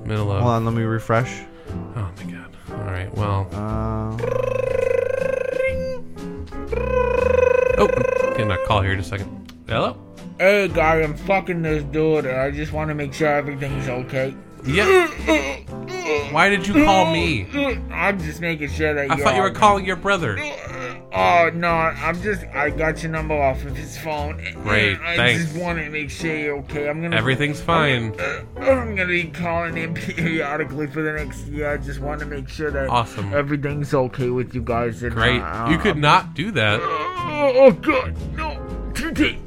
Speaker 1: middle of.
Speaker 2: hold on. Let me refresh.
Speaker 1: Oh my god. All right. Well.
Speaker 2: Uh,
Speaker 1: Oh, I'm getting a call here in a second. Hello.
Speaker 5: Hey, guy, I'm fucking this dude, and I just want to make sure everything's okay.
Speaker 1: Yeah. Why did you call me?
Speaker 5: I'm just making sure that
Speaker 1: I
Speaker 5: you're.
Speaker 1: thought you were
Speaker 5: all-
Speaker 1: calling your brother.
Speaker 5: Oh no, I'm just. I got your number off of his phone.
Speaker 1: Great,
Speaker 5: I
Speaker 1: thanks.
Speaker 5: just want to make sure you're okay. I'm gonna.
Speaker 1: Everything's fine.
Speaker 5: I'm gonna be calling in [laughs] periodically for the next year. I just want to make sure that
Speaker 1: Awesome.
Speaker 5: everything's okay with you guys. And,
Speaker 1: Great.
Speaker 5: uh,
Speaker 1: You could not do that.
Speaker 5: Oh, oh god, no, too deep.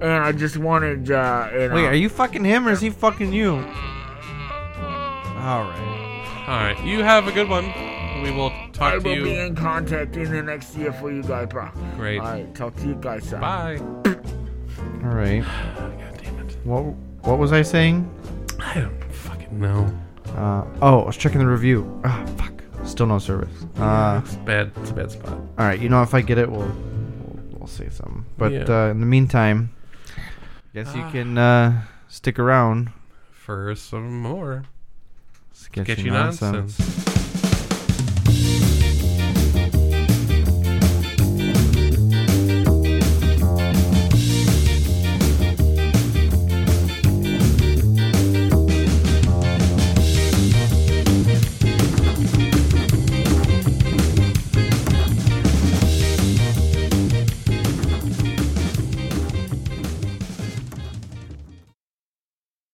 Speaker 5: And I just wanted. Uh, and,
Speaker 2: wait,
Speaker 5: uh,
Speaker 2: are you fucking him or is he fucking you? All right.
Speaker 1: All right. You have a good one. We will
Speaker 5: I
Speaker 1: talk to
Speaker 5: will be
Speaker 1: you.
Speaker 5: in contact in the next year for you guys, bro.
Speaker 1: Great.
Speaker 5: All right, talk to you guys. Son.
Speaker 1: Bye. Oh,
Speaker 2: All right.
Speaker 1: God damn it.
Speaker 2: What What was I saying?
Speaker 1: I don't fucking know.
Speaker 2: Uh, oh, I was checking the review. Ah, fuck. Still no service. Uh,
Speaker 1: It's bad. It's a bad spot.
Speaker 2: all right. You know, if I get it, we'll we'll, we'll say something. But
Speaker 1: Yeah. Ah.
Speaker 2: uh, in the meantime, guess you can uh, stick around.
Speaker 1: For some more
Speaker 2: Sketchy,
Speaker 1: sketchy
Speaker 2: nonsense.
Speaker 1: nonsense.